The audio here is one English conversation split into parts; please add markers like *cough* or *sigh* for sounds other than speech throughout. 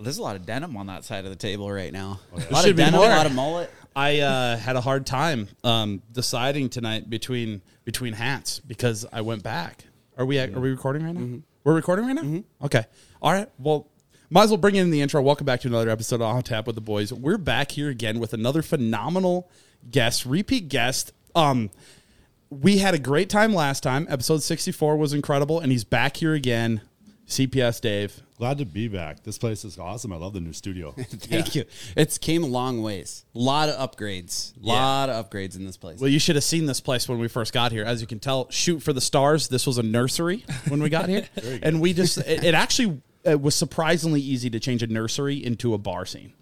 There's a lot of denim on that side of the table right now. A Oh, There lot should of be denim, more. a lot of *laughs* mullet. I uh, had a hard time um, deciding tonight between between hats because I went back. Are we are we recording right now? We're recording right now. Okay. All right. Well, might as well bring in the intro. Welcome back to another episode of On Tap with the Boys. We're back here again with another phenomenal guest, repeat guest. Um, we had a great time last time. Episode sixty four was incredible, and he's back here again. CPS Dave. Glad to be back. This place is awesome. I love the *laughs* new studio. Thank you. It's came a long ways. A lot of upgrades. A lot of upgrades in this place. Well, you should have seen this place when we first got here. As you can tell, shoot for the stars. This was a nursery when we got here, and we just it, it actually it was surprisingly easy to change a nursery into a bar scene.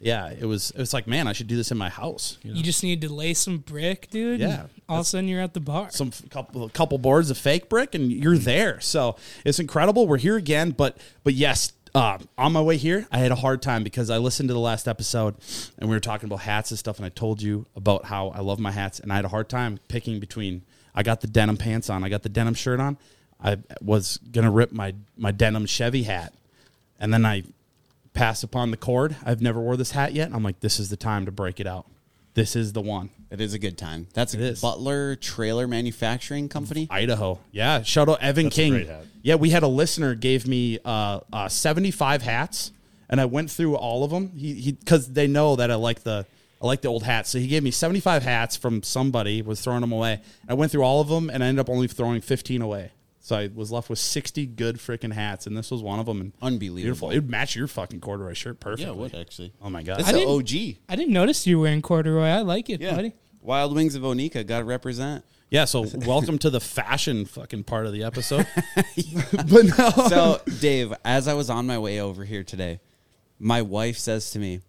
Yeah, it was. It was like, man, I should do this in my house. you know? You just need to lay some brick, dude. Yeah. and All of a sudden you're at the bar. Some f- couple a couple boards of fake brick, and you're there. So it's incredible. We're here again, but but yes. Uh, on my way here, I had a hard time because I listened to the last episode and we were talking about hats and stuff. And I told you about how I love my hats, and I had a hard time picking between I got the denim pants on. I got the denim shirt on. I was gonna rip my my denim Chevy hat, and then I passed upon the cord. I've never wore this hat yet. I'm like, this is the time to break it out. This is the one. It is a good time. That's a is. Butler Trailer Manufacturing Company. Idaho. Yeah, shout out Evan a King. great hat. Yeah, we had a listener gave me uh, uh, seventy five hats, and I went through all of them. He because they know that I like the I like the old hats, so he gave me seventy five hats from somebody was throwing them away. I went through all of them, and I ended up only throwing fifteen away. So I was left with sixty good freaking hats, and this was one of them. And Unbelievable. beautiful. It would match your fucking corduroy shirt perfectly. actually. Oh my god. It's I the didn't- OG. I didn't notice you were wearing corduroy. I like it, Yeah. buddy. Wild Wings of Onika got to represent. Yeah, so welcome to the fashion fucking part of the episode. *laughs* but no, So, Dave, as I was on my way over here today, my wife says to me,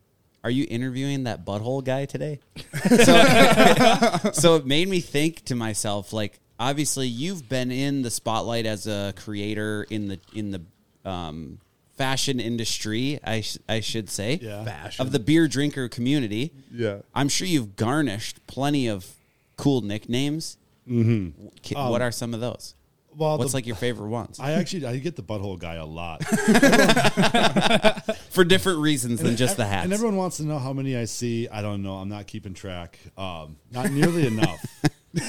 "Are you interviewing that butthole guy *laughs* today?" so, *laughs* so it made me think to myself, like, obviously, you've been in the spotlight as a creator in the in the um, fashion industry, I sh- I should say, Yeah. Fashion. of the beer drinker community. Yeah. I'm sure you've garnished plenty of cool nicknames. Mm-hmm. what are some of those? Um, Well, What's the- like your favorite ones? I actually I get the butthole guy a lot. for different reasons than *laughs* just the hats. And everyone wants to know how many I see. I don't know. I'm not keeping track. Um, not nearly *laughs* enough.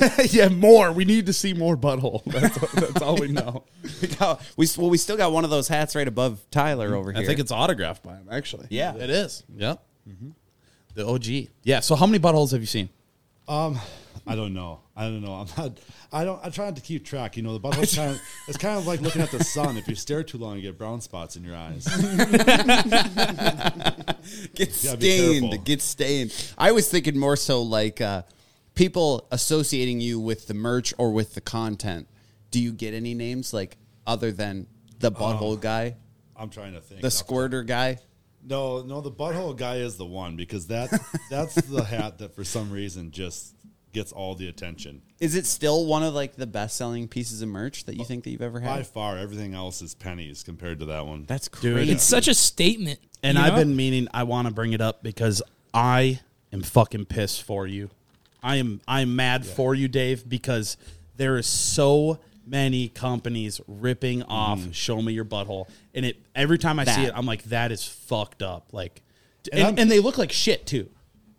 *laughs* yeah, more. We need to see more butthole. *laughs* That's, that's all we know. we, got, we well, we still got one of those hats right above Tyler over here. I *laughs* think it's autographed by him, actually. Yeah. it is. Yep. The OG. Yeah. So how many buttholes have you seen? Um, I don't know. I don't know. I'm not. I don't. I try not to keep track. You know, the *laughs* butthole kind of. It's kind of like looking at the sun. If you stare too long, you get brown spots in your eyes. get Yeah, be careful. stained. Get stained. I was thinking more so like uh, people associating you with the merch or with the content. Do you get any names like other than the butthole guy, I'm trying to think. the squirter guy? No, no, the butthole guy is the one *laughs* because that that's the hat that for some reason just gets all the attention. Is it still one of like the best selling pieces of merch that you think that you've ever By had? far, everything else is pennies compared to that one. That's Dude, crazy. It's such a statement. And you I've know? been meaning I want to bring it up because I am fucking pissed for you. I am I am mad for you, Dave, because there is so many companies ripping off "Show Me Your Butthole," and it every time I see That. it, I'm like, that is fucked up. Like, And and, I'm- and they look like shit too.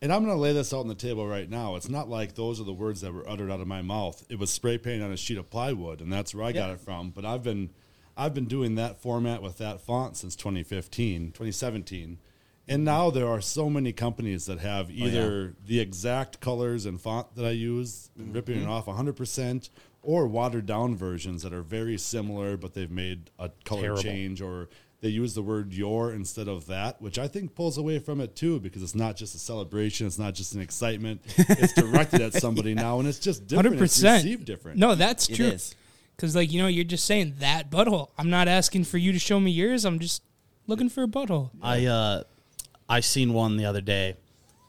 and I'm going to lay this out on the table right now. It's not like those are the words that were uttered out of my mouth. It was spray paint on a sheet of plywood, and that's where I got it from. But I've been I've been doing that format with that font since 2015, 2017. And now there are so many companies that have either the exact colors and font that I use, ripping it off 100%, or watered down versions that are very similar, but they've made a color Terrible. change. change or they use the word your instead of that, which I think pulls away from it too, because it's not just a celebration, it's not just an excitement. *laughs* It's directed at somebody now and it's just different. hundred It's percent received different. No, that's It true. is. Because like you know, you're just saying that butthole. I'm not asking for you to show me yours. I'm just looking for a butthole. I uh, I seen one the other day,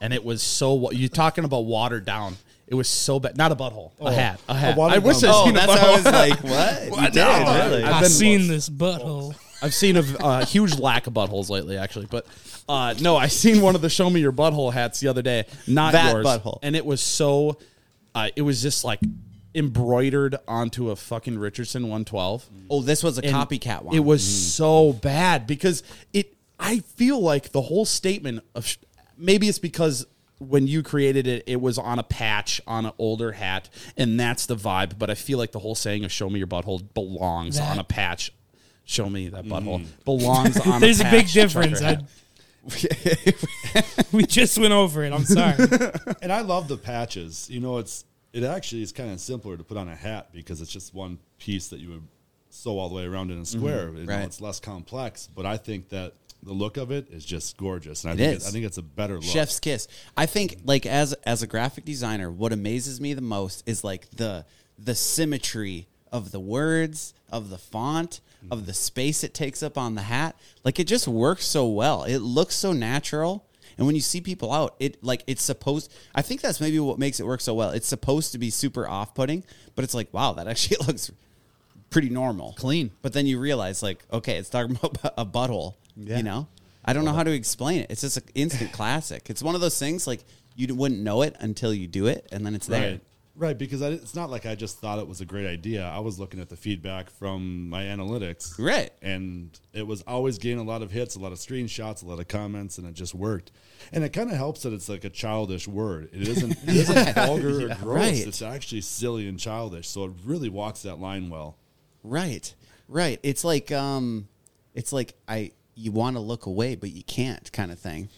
and it was so. wa- You talking about watered down? It was so bad. Not a butthole, a hat, a hat. watered I wish down I oh, seen a that's how I was butthole. like, what? You did, no. really? I've I've, been- seen this butthole. *laughs* I've seen a uh, huge lack of buttholes lately, actually. But uh, no, I seen one of the "Show Me Your Butthole" hats the other day. Not That yours, butthole. and it was so. Uh, it was just like embroidered onto a fucking Richardson 112. Oh, this was a and copycat one. It was so bad because it I feel like the whole statement of sh- maybe it's because when you created it, it was on a patch on an older hat, and that's the vibe. But I feel like the whole saying of "Show me your butthole" belongs That- on a patch. Show me that butthole Mm-hmm. belongs *laughs* on. *laughs* There's a big patch trucker *laughs* difference. hat. I, *laughs* we just went over it. *laughs* I'm sorry. Uh-huh, And I love the patches. You know, it's it actually is kind of simpler to put on a hat because it's just one piece that you would sew all the way around in a square. You know, Mm-hmm. right. it's less complex, but I think that the look of it is just gorgeous, and I It think is. I think it's a better look. Chef's kiss. I think like as as a graphic designer, what amazes me the most is like the the symmetry of the words, of the font, of the space it takes up on the hat. Like it just works so well. It looks so natural. And when you see people out, it like it's supposed I think that's maybe what makes it work so well. It's supposed to be super off-putting, but it's like, wow, that actually *laughs* looks pretty normal. Clean. But then you realize, like, okay, it's talking *laughs* about a butthole. Yeah. You know, I don't know how to explain it. It's just an instant classic. It's one of those things like you wouldn't know it until you do it, and then it's there. Right. Right, because I, it's not like I just thought it was a great idea. I was looking at the feedback from my analytics. Right. And it was always getting a lot of hits, a lot of screenshots, a lot of comments, and it just worked. And it kind of helps that it's like a childish word. It isn't, it isn't vulgar or gross. right. It's actually silly and childish. So it really walks that line well. Right, right. It's like um, it's like I you want to look away but you can't kind of thing.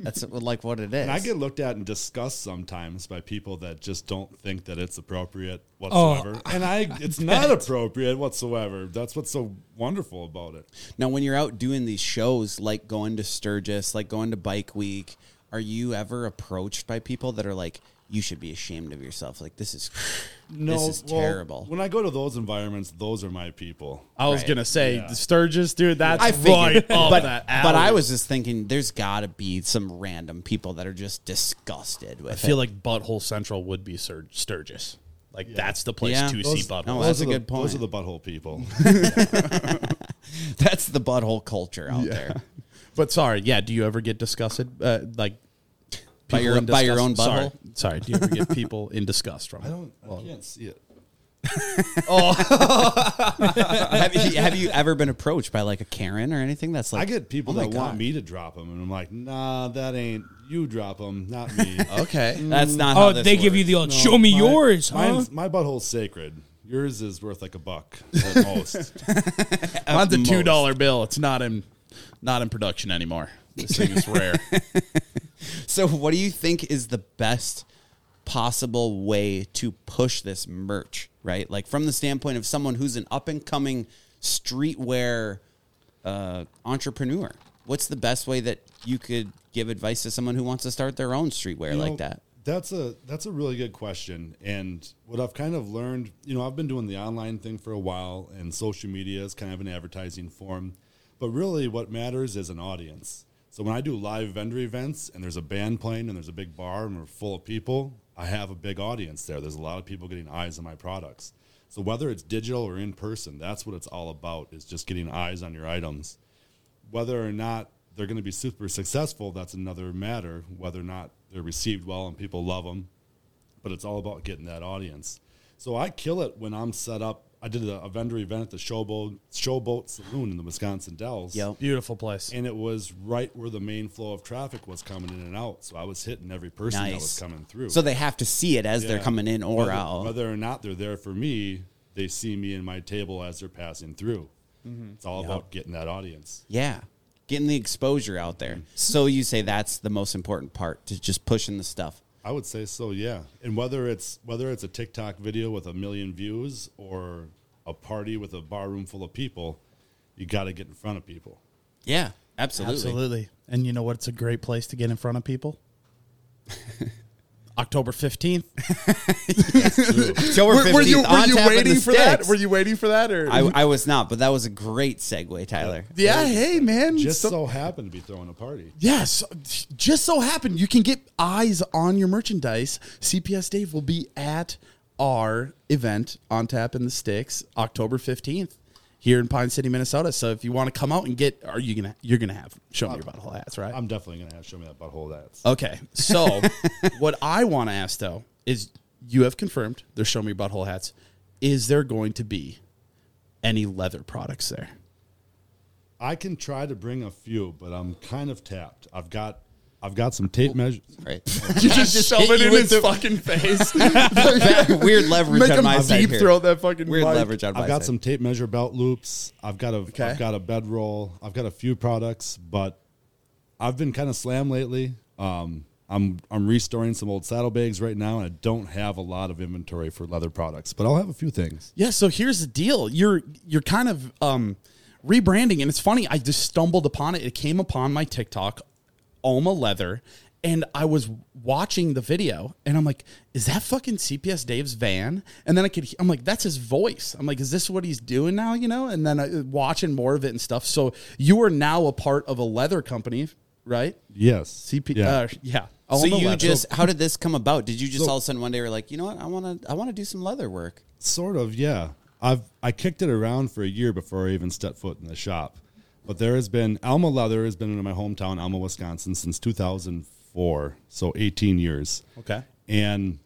That's like what it is. And I get looked at and discussed sometimes by people that just don't think that it's appropriate Oh, whatsoever. and I, it's not appropriate whatsoever. That's what's so wonderful about it. Now, when you're out doing these shows, like going to Sturgis, like going to Bike Week, are you ever approached by people that are like, "You should be ashamed of yourself. Like this is, *sighs* this is well, terrible." Oh, When I go to those environments, those are my people. I was Right. gonna say Sturgis, dude. That's I figured, right up but that but I alley. was just thinking, there's got to be some random people that are just disgusted with. I feel like Butthole Central would be Sur- Sturgis. Like that's the place Yeah. Oh, to Those- see Butthole. no, Well, Those that's a are the, good point. Those are the butthole people. it. that's the butthole culture out there. But sorry, yeah. Do you ever get disgusted? Uh, like By people your- *laughs* in by your disgust- own butthole? Sorry, sorry. Do you ever get people in disgust *laughs* from? I it? don't. I can't see it. have, you, have you ever been approached by like a Karen or anything? That's like I get people oh my that want God. me to drop them, and I'm like, nah, that ain't you. Drop them, *laughs* not me. Okay. That's not. Oh, how this they give you works. the old No, show me my- yours, huh? mine's- My butthole's sacred. Yours is worth like a buck at *laughs* most. Mine's a two dollar bill. It's not in not in production anymore. This thing is rare. So, what do you think is the best possible way to push this merch, right? Like, from the standpoint of someone who's an up and coming streetwear uh, entrepreneur, what's the best way that you could give advice to someone who wants to start their own streetwear You like know, that? That's a that's a really good question. And what I've kind of learned, you know, I've been doing the online thing for a while and social media is kind of an advertising form. But really what matters is an audience. So when I do live vendor events and there's a band playing and there's a big bar and we're full of people, I have a big audience there. There's a lot of people getting eyes on my products. So whether it's digital or in person, that's what it's all about is just getting eyes on your items whether or not they're going to be super successful, that's another matter. Whether or not they're received well and people love them, but it's all about getting that audience. So I kill it when I'm set up. I did a, a vendor event at the Showboat Showboat Saloon in the Wisconsin Dells, Yep. Beautiful place. and it was right where the main flow of traffic was coming in and out. So I was hitting every person that was Nice. coming through. So, they have to see it as they're Yeah. coming in or whether, out. Whether or not they're there for me, they see me and my table as they're passing through. Mm-hmm. It's all about getting that audience. Yeah. Getting the exposure out there. Mm-hmm. So, you say that's the most important part to just pushing the stuff. I would say so, yeah. And whether it's whether it's a TikTok video with a million views or a party with a bar room full of people, you got to get in front of people. Yeah, absolutely. And you know what's a great place to get in front of people? *laughs* October fifteenth. October 15th, on tap in the sticks. you waiting for that? Or I, I was not, but that was a great segue, Tyler. yeah, hey man. Just Mm, So- so happened to be throwing a party. Yes, just so happened you can get eyes on your merchandise. CPS Dave will be at our event on tap in the sticks October 15th here in Pine City, Minnesota. So if you want to come out and get are you going to you're going to have show me your butthole hats, right? I'm definitely gonna have show me that butthole. That's Okay. So *laughs* what I want to ask though is you have confirmed they're show me your butthole hats. Is there going to be any leather products there? I can try to bring a few, but I'm kind of tapped. I've got, I've got some tape measures. Right. *laughs* You just shove hit it you in with his the- fucking face. *laughs* That weird leverage Make on him my side deep here. throat that fucking Weird mic. leverage on my I've got side. some tape measure belt loops. I've got a, Okay. have got a bedroll. I've got a few products, but I've been kind of slammed lately. Um, I'm I'm restoring some old saddlebags right now, and I don't have a lot of inventory for leather products, but I'll have a few things. Yeah, so here's the deal. You're you're kind of um rebranding and it's funny, I just stumbled upon it. It came upon my TikTok, Alma Leather, and I was watching the video and I'm like, is that fucking CPS Dave's van? And then I could he- I'm like, that's his voice. I'm like, is this what he's doing now, you know? And then I, watching more of it and stuff. So you are now a part of a leather company, right? Yes, CP Yeah. uh, yeah. So Alma you Leather. just how did this come about? Did you just all of a sudden one day were like, you know what, I wanna I wanna do some leather work. Sort of, yeah. I've I kicked it around for a year before I even stepped foot in the shop. But there has been Alma Leather has been in my hometown, Alma, Wisconsin, since 2004, so 18 years. Okay. And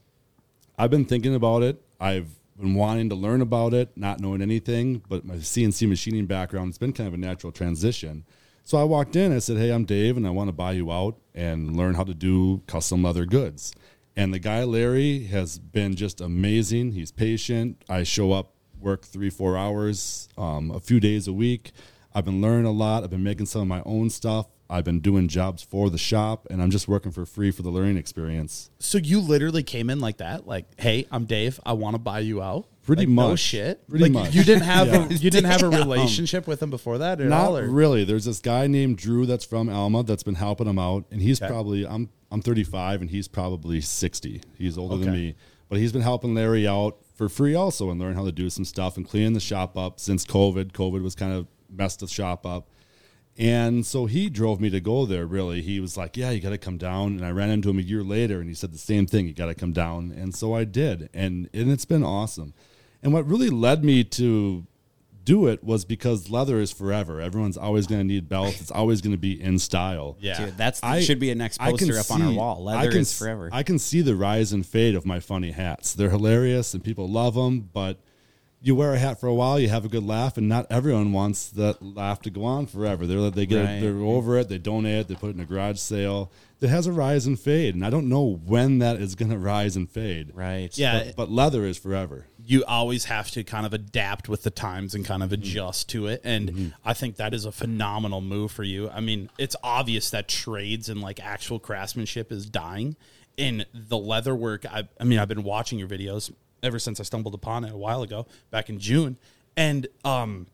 I've been thinking about it. I've been wanting to learn about it, not knowing anything, but my CNC machining background, it's been kind of a natural transition. So I walked in, I said, Hey, I'm Dave, and I want to buy you out and learn how to do custom leather goods. And the guy, Larry, has been just amazing. He's patient. I show up, work three, four hours, um, a few days a week. I've been learning a lot. I've been making some of my own stuff. I've been doing jobs for the shop, and I'm just working for free for the learning experience. So you literally came in like that, like, "Hey, I'm Dave. I want to buy you out." Pretty Like, no much. shit. Pretty like, much. You didn't *laughs* have Yeah. a, you didn't have a relationship with him before that at Not all. Or? really. There's this guy named Drew that's from Alma that's been helping him out, and he's probably I'm I'm 35 and he's probably 60. He's older than Okay. me, but he's been helping Larry out for free also and learn how to do some stuff and cleaning the shop up since COVID. COVID was kind of messed the shop up. And so he drove me to go there, really. He was like, Yeah, you got to come down. And I ran into him a year later and he said the same thing, you got to come down. And so I did. And, and it's been awesome. And what really led me to do it was because leather is forever. Everyone's always going to need belts, it's always going to be in style. Yeah. Dude, that's I- should be a next I can poster up on our see- wall. I Leather can is s- forever. I can see the rise and fade of my funny hats. They're hilarious and people love them, but you wear a hat for a while, you have a good laugh, and not everyone wants that laugh to go on forever. They're they get Right. they're over it, they donate it, they put it in a garage sale. It has a rise and fade, and I don't know when that is going to rise and fade. right. Yeah, But, but leather is forever. you always have to kind of adapt with the times and kind of adjust to it. And I think that is a phenomenal move for you. I mean, it's obvious that trades and like actual craftsmanship is dying. And the leather work, I, I mean, I've been watching your videos ever since I stumbled upon it a while ago back in June. And, um,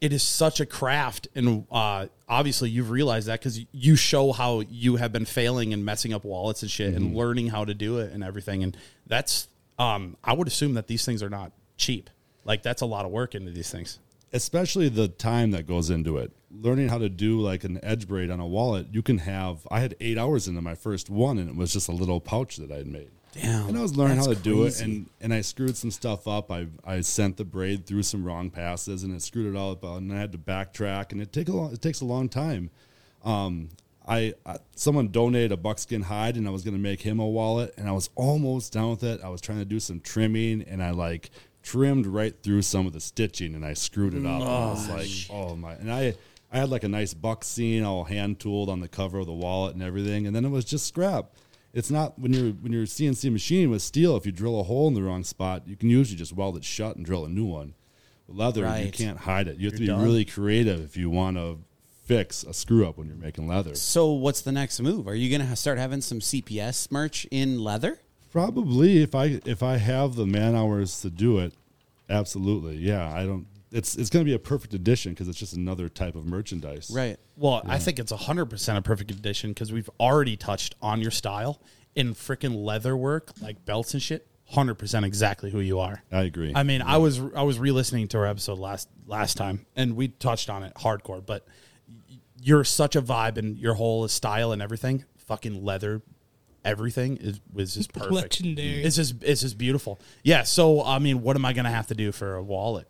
it is such a craft and uh, obviously you've realized that because you show how you have been failing and messing up wallets and shit and learning how to do it and everything and that's um, i would assume that these things are not cheap like that's a lot of work into these things especially the time that goes into it. Learning how to do like an edge braid on a wallet, you can have. I had eight hours into my first one, and it was just a little pouch that I had made. Damn, And I was learning how to that's do it, crazy. and and I screwed some stuff up. I I sent the braid through some wrong passes, and it screwed it all up, and I had to backtrack, and it take a long, it takes a long time. Um, I, I someone donated a buckskin hide, and I was gonna make him a wallet, and I was almost done with it. I was trying to do some trimming, and I like trimmed right through some of the stitching, and I screwed it up. and I was like, oh my! And I I had like a nice buck scene, all hand tooled on the cover of the wallet and everything, and then it was just scrap. It's not when you're when you're CNC machining with steel. If you drill a hole in the wrong spot, you can usually just weld it shut and drill a new one. With leather, you Right. can't hide it. You have to be really creative if you want to fix a screw up when you're making leather. So what's the next move? Are you gonna ha- start having some CPS merch in leather? Probably if I if I have the man hours to do it, absolutely. Yeah, I don't. It's it's going to be a perfect addition because it's just another type of merchandise. Right. well i think it's 100% a perfect addition because we've already touched on your style in freaking leather work like belts and shit 100% exactly who you are I agree. I mean, I was I was re-listening to our episode last last time, and we touched on it hardcore. But y- you're such a vibe, and your whole style and everything, fucking leather, everything is was just perfect. Legendary. It's just it's just beautiful. Yeah. So I mean, what am I gonna have to do for a wallet?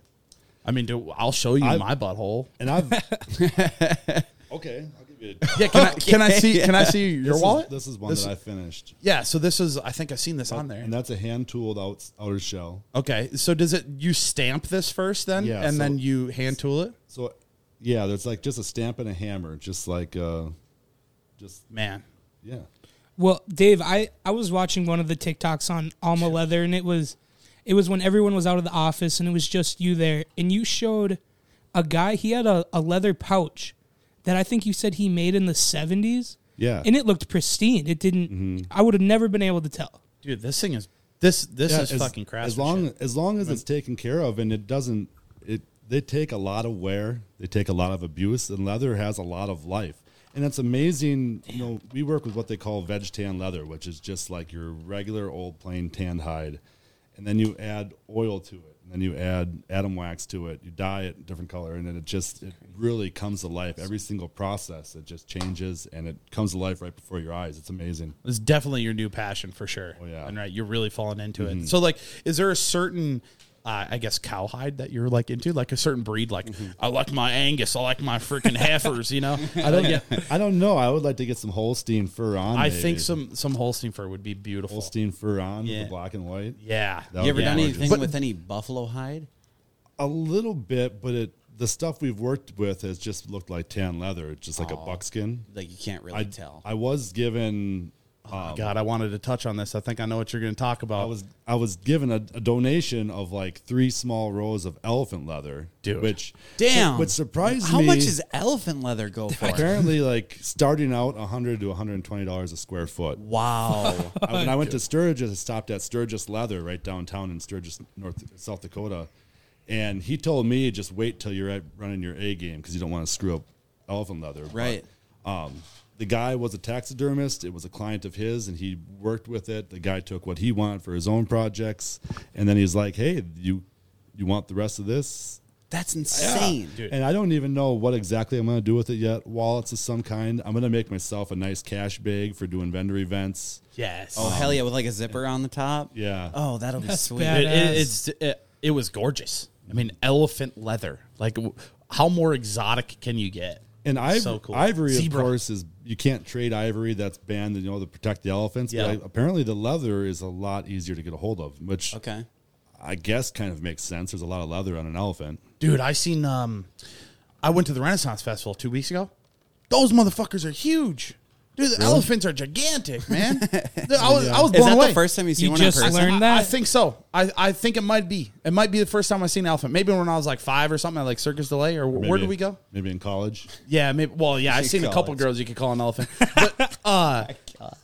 I mean, do, I'll show you I've- my butthole. *laughs* and I've okay. I'll give you. A, Yeah. Can I can I see can I see this your is- wallet? this is one This- that I finished, yeah. So this is I think I've seen this on there. and that's a hand tooled out, outer shell. Okay. So does it you stamp this first then, Yeah, and so- then you hand tool it? So, Yeah, there's like just a stamp and a hammer, just like uh, just Man. yeah. Well, Dave, I, I was watching one of the TikToks on Alma Leather, and it was it was when everyone was out of the office, and it was just you there, and you showed a guy he had a, a leather pouch that I think you said he made in the seventies. Yeah. and it looked pristine. It didn't. I would have never been able to tell. Dude, this thing is this this Yeah, is fucking crap. As long as long as it's taken care of and it doesn't it they take a lot of wear, they take a lot of abuse, and leather has a lot of life. And it's amazing, you know, we work with what they call veg tan leather, which is just like your regular old plain tanned hide. And then you add oil to it, and then you add atom wax to it, you dye it different color, and then it just it really comes to life. Every single process it just changes and it comes to life right before your eyes. It's amazing. *laughs* It's definitely your new passion for sure. Oh, yeah. Mm-hmm. And right, you're really falling into it. So like, is there a certain uh, I guess cowhide that you're like into, like a certain breed. Like Mm-hmm. I like my Angus, I like my freaking heifers. You *laughs* know, I don't get. I don't know. I would like to get some Holstein fur on. I maybe. think some some Holstein fur would be beautiful. Holstein fur on Yeah. with the black and white. Yeah, Yeah. That Oh, would You ever be done gorgeous. anything But- with any buffalo hide? A little bit, but it the stuff we've worked with has just looked like tan leather, It's just like a buckskin. Like you can't really I tell. I was given God, I wanted to touch on this. I think I know what you're going to talk about. I was I was given a, a donation of like three small rows of elephant leather, Dude. Which Damn. which surprised How me. much is elephant leather *laughs* go for? apparently like starting out hundred to one hundred and twenty dollars a square foot. wow. *laughs* I, when I went to Sturgis, I stopped at Sturgis Leather right downtown in Sturgis, North South Dakota, and he told me just wait till you're at running your A game because you don't want to screw up elephant leather. *laughs* But, Right. um, the guy was a taxidermist. It was a client of his, and he worked with it. The guy took what he wanted for his own projects, and then he's like, "Hey, you, you want the rest of this?" That's insane. Dude. And I don't even know what exactly I'm going to do with it yet. Wallets of some kind. I'm going to make myself a nice cash bag for doing vendor events. yes. Oh hell yeah, with like a zipper on the top. Yeah. Oh, that'll be sweet. bad. It, it, Badass. it's it, it was gorgeous. I mean, elephant leather. Like, w- how more exotic can you get? And ivory, So cool. ivory Zebra. of course, is you can't trade ivory. That's banned, you know, to protect the elephants. Yeah. But I, apparently, the leather is a lot easier to get a hold of, which Okay. I guess kind of makes sense. There's a lot of leather on an elephant. Dude, I seen um I went to the Renaissance Festival two weeks ago. Those motherfuckers are huge. Dude, the elephants are gigantic, *laughs* man. Dude, I was I was blown Is that away. the first time you see You one just in person? learned- I, Learn that? I think so. I, I think it might be. It might be the first time I seen an elephant. Maybe when I was like five or something at like Circus Delay or where did Maybe- we go? Maybe in college. Yeah, maybe. Well, yeah, I've seen a couple college. girls you could call *laughs* an elephant, but uh,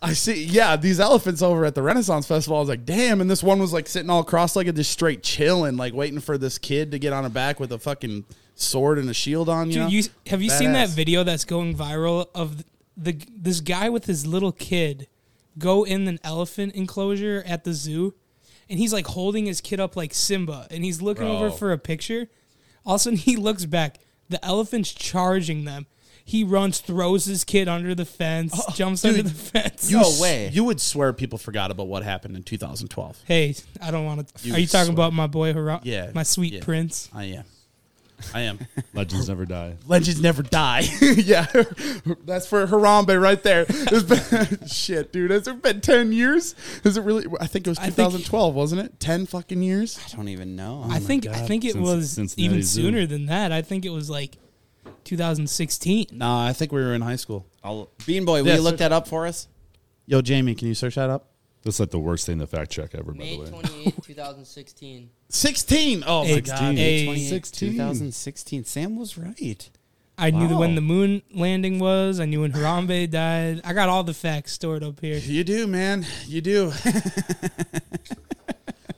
I see. Yeah, these elephants over at the Renaissance Festival. I was like, damn. And this one was like sitting all cross-legged, just straight chilling, like waiting for this kid to get on her back with a fucking sword and a shield on. You Dude, know? you have you seen that Badass. video that's going viral of the, this guy with his little kid go in an elephant enclosure at the zoo, and he's like holding his kid up like Simba, and he's looking Bro. over for a picture. All of a sudden, he looks back. The elephant's charging them. He runs, throws his kid under the fence, jumps under the *laughs* fence. No s- way. Oh, You would swear people forgot about what happened in 2012. hey, I don't want to. You Are you talking swear. about my boy, Hara- Yeah, my sweet yeah. prince? I am. *laughs* I am. *laughs* Legends never die. Legends never die. yeah, that's for Harambe right there. It's been- *laughs* shit, dude. Has it been ten years? Is it really? I think it was I think- 2012, wasn't it? Ten fucking years. I don't even know. I think I think it Since- was Cincinnati even Zoo. sooner than that. I think it was like 2016. Nah, I think we were in high school. I'll, Bean Boy, will Yeah, you look search- that up for us? Yo, Jamie, can you search that up? That's like the worst thing to fact check ever, by May the way. *laughs* 28, 2016. 16. Oh my Hey, god. hey. 16. 2016. Sam was right. I knew Wow. when the moon landing was. I knew when Harambe died. I got all the facts stored up here. You do, man. You do. *laughs*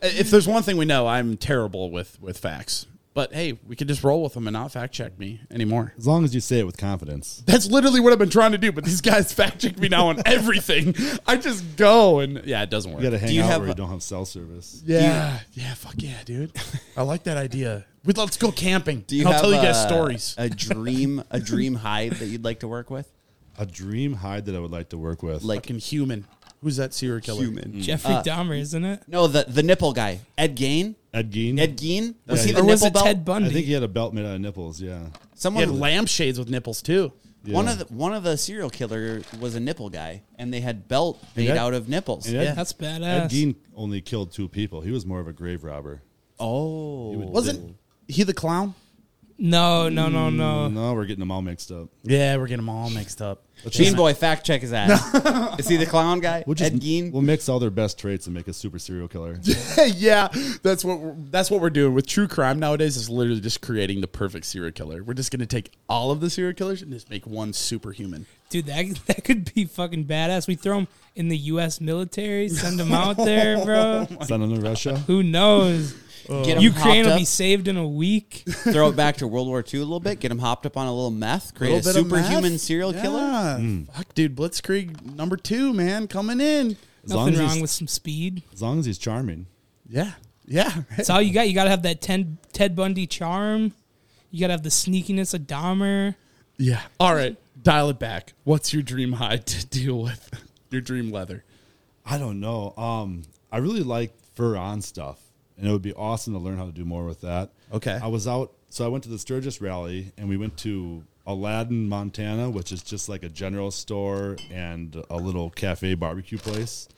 if there's one thing we know, I'm terrible with with facts. But hey, we could just roll with them and not fact check me anymore. As long as you say it with confidence. That's literally what I've been trying to do, but these guys *laughs* fact check me now on everything. I just go and yeah, it doesn't work. You got to hang you out have where a- you don't have cell service. yeah, yeah, fuck yeah, dude. I like that idea. We let's go camping. Do you and I'll have tell you guys a- stories. A dream, a dream hide that you'd like to work with? A dream hide that I would like to work with. Like Fucking human. Who's that serial killer? Jeffrey Dahmer, isn't it? No, the the nipple guy, Ed Gain. Ed Gein. Ed Gein was Yeah. he the Or was nipple it belt? Ted I Bundy? think he had a belt made out of nipples. Yeah. He had Someone lampshades with nipples too. one Yeah. of the one of the serial killer was a nipple guy, and they had belt made Ed- out of nipples. And Ed- Yeah. That's Ed badass. Gein only killed two people. He was more of a grave robber. Oh, would- Wasn't he the clown? No, no, no, no. Mm, No, we're getting them all mixed up. Yeah, we're getting them all mixed up. Bean boy, fact check his ass. Is he the clown guy? We'll just Ed Gein? we'll mix all their best traits and make a super serial *laughs* killer. *laughs* yeah, that's what we're, that's what we're doing with true crime nowadays. Is literally just creating the perfect serial killer. We're just gonna take all of the serial killers and just make one superhuman. Dude, that, that could be fucking badass. We throw him in the U.S. military, send him out there, bro. Send them to Russia. Who knows? Get him Ukraine hopped will up, be saved in a week. *laughs* throw it back to World War II a little bit, get him hopped up on a little meth, create a, Little bit of math? superhuman serial Yeah. killer. Fuck, dude, Blitzkrieg number two, man, coming in. As long Nothing as wrong he's- with some speed. As long as he's charming. Yeah, yeah. *laughs* That's all you got. You got to have that ten, Ted Bundy charm. You got to have the sneakiness of Dahmer. Yeah. All right. Dial it back. What's your dream hide to deal with? *laughs* Your dream leather. I don't know. Um, I really like fur on stuff, and it would be awesome to learn how to do more with that. Okay. I was out, so I went to the Sturgis rally, and we went to Aladdin, Montana, which is just like a general store and a little cafe barbecue place.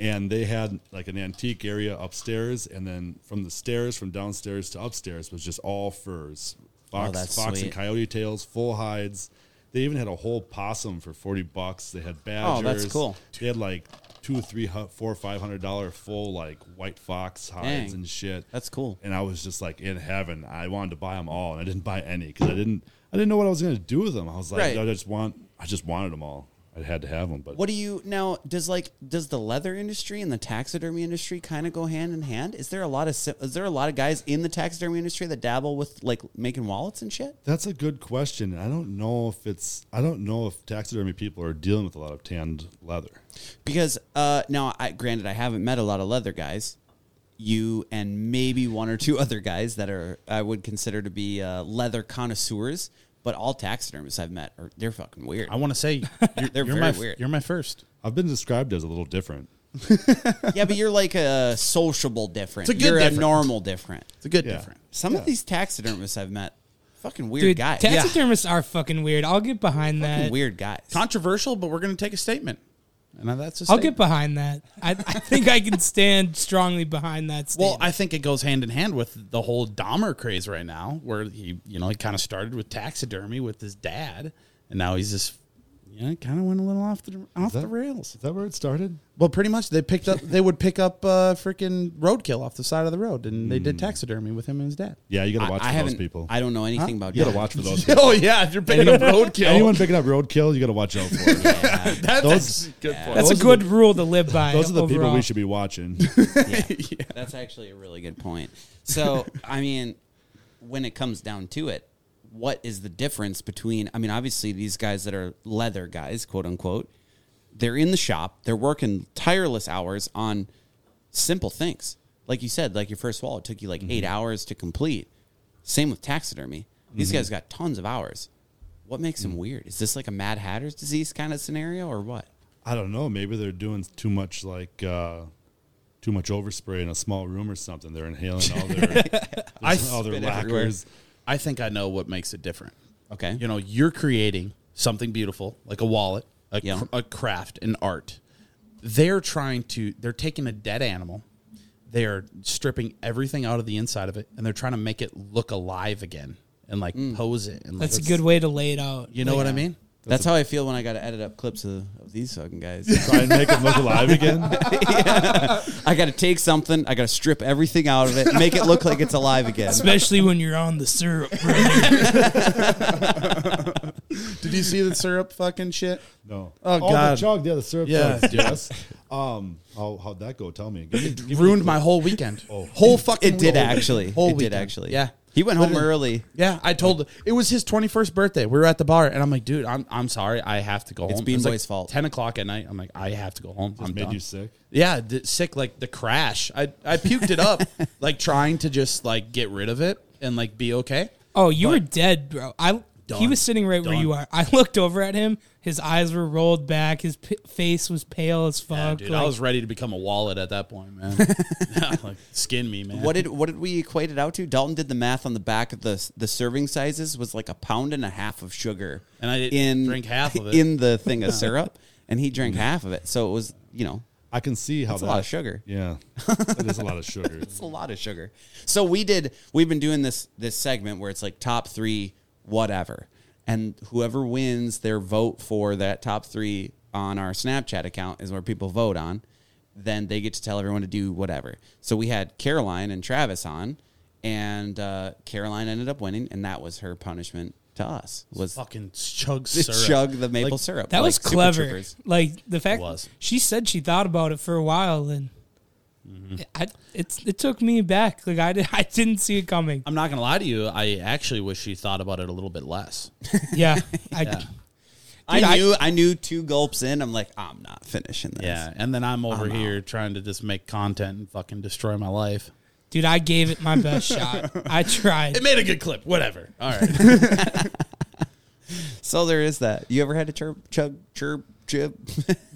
And they had like an antique area upstairs, and then from the stairs, from downstairs to upstairs, was just all furs, fox, Oh, that's fox sweet. and coyote tails, full hides. They even had a whole possum for forty bucks. They had badgers. Oh, cool. They had like two, three, hu- four, five hundred dollar full like white fox hides Dang. and shit. That's cool. And I was just like in heaven. I wanted to buy them all, and I didn't buy any because I didn't. I didn't know what I was going to do with them. I was like, Right. I just want. I just wanted them all. I had to have them. But What do you now? Does like does the leather industry and the taxidermy industry kind of go hand in hand? Is there a lot of si- is there a lot of guys in the taxidermy industry that dabble with like making wallets and shit? that's a good question. I don't know if it's. I don't know if taxidermy people are dealing with a lot of tanned leather. Because uh, now, I, granted, I haven't met a lot of leather guys. You and maybe one or two *laughs* other guys that are I would consider to be uh, leather connoisseurs, but all taxidermists I've met are they're fucking weird. I want to *laughs* say you're, They're you're very my weird. you're my first. I've been described as a little different. yeah, but you're like a sociable different. It's a good you're different. a normal different. It's a good Yeah. different. Some of these taxidermists I've met, fucking weird Dude, guys. taxidermists are fucking weird. I'll get behind fucking that. weird guys. Controversial, but we're going to take a statement. And now that's a I'll statement. get behind that. I, I think I can stand strongly behind that. Well, Statement. I think it goes hand in hand with the whole Dahmer craze right now, where he, you know, he kind of started with taxidermy with his dad, and now he's just, you know, kind of went a little off the off that- the rails. Is that where it started? Well, pretty much they picked up, they would pick up uh, freaking roadkill off the side of the road, and they Hmm. did taxidermy with him and his dad. *laughs* Yeah, you got to watch I, I for those haven't. people. I don't know anything about. you got that. to watch *laughs* for those. people. oh yeah, if you're picking up roadkill, Anyone *laughs* picking up roadkill, you got to watch out for. it. that's, those- a good point. that's a those are good rule to live by. Those are the people overall. we should be watching. That's actually a really good point. So, I mean, when it comes down to it, what is the difference between, I mean, obviously, these guys that are leather guys, quote unquote, they're in the shop, they're working tireless hours on simple things. Like you said, like your first wall, it took you like eight Mm-hmm. hours to complete. Same with taxidermy. These guys Mm-hmm. got tons of hours. What makes Mm. them weird? Is this like a Mad Hatter's disease kind of scenario or what? I don't know. Maybe they're doing too much like uh, too much overspray in a small room or something. They're inhaling all their I all their spit everywhere. lacquers. I think I know what makes it different. Okay. You know, you're creating something beautiful, like a wallet, a, Yeah. cr- a craft, an art. They're trying to, they're taking a dead animal, they're stripping everything out of the inside of it, and they're trying to make it look alive again and like Mm. pose it. And That's a like, good way to lay it out. You know what I mean? That's, how I feel when I got to edit up clips of, of these fucking *laughs* guys. Try and make them look alive again. I got to take something. I got to strip everything out of it, make it look like it's alive again. Especially when you're on the syrup. bro. Did you see the syrup fucking shit? No. Oh, the God. chug, yeah, the syrup. Yeah. Jugs, yes. Um, how how'd that go? Tell me. Give me- give me- Ruined my whole weekend. Whole fucking Oh. It did weekend. actually. Whole it did weekend. actually. Yeah. He went home Literally. early. Yeah, I told it was his twenty first birthday. We were at the bar, and I'm like, dude, I'm I'm sorry, I have to go home. Bean It was Boy's like fault. Ten o'clock at night, I'm like, I have to go home. *laughs* I'm made done. you sick? Yeah, d- sick like the crash. I I puked it up, like trying to just like get rid of it and like be okay. Oh, you were dead, bro. I he Done. was sitting right where Done. you are. I looked over at him. His eyes were rolled back. His p- face was pale as fuck. Yeah, dude, I like- was ready to become a wallet at that point, man. Yeah, like, skin me, man. What did what did we equate it out to? Dalton did the math on the back of the the serving sizes was like a pound and a half of sugar, And I didn't drink half of it. *laughs* in the thing of syrup, and he drank half of it. So it was you know. I can see how That's a that- lot of sugar. Yeah, it is a lot of sugar. It's a lot of sugar. So we did. We've been doing this this segment where it's like top three, whatever, and whoever wins their vote for that top three on our Snapchat account is where people vote on. Then they get to tell everyone to do whatever. So we had Caroline and Travis on, and uh, Caroline ended up winning, and that was her punishment to us was Fucking chug *laughs* to syrup. chug the maple Like, syrup. That like was Super clever. Troopers. Like the fact was. she said she thought about it for a while, and Mm-hmm. I, it's it took me back. Like I did, *laughs* I didn't see it *laughs* coming. I'm not gonna lie to you. I actually wish she thought about it a little bit less. Yeah, I, Dude, I I- knew. I, knew two gulps in. I'm like, I'm not finishing this. Yeah, and then I'm over here trying to just make content and fucking destroy my life. dude, I gave it my best shot. I tried. It made a good clip. Whatever. All right. So there is that. You ever had to chirp, chug, chirp, chip?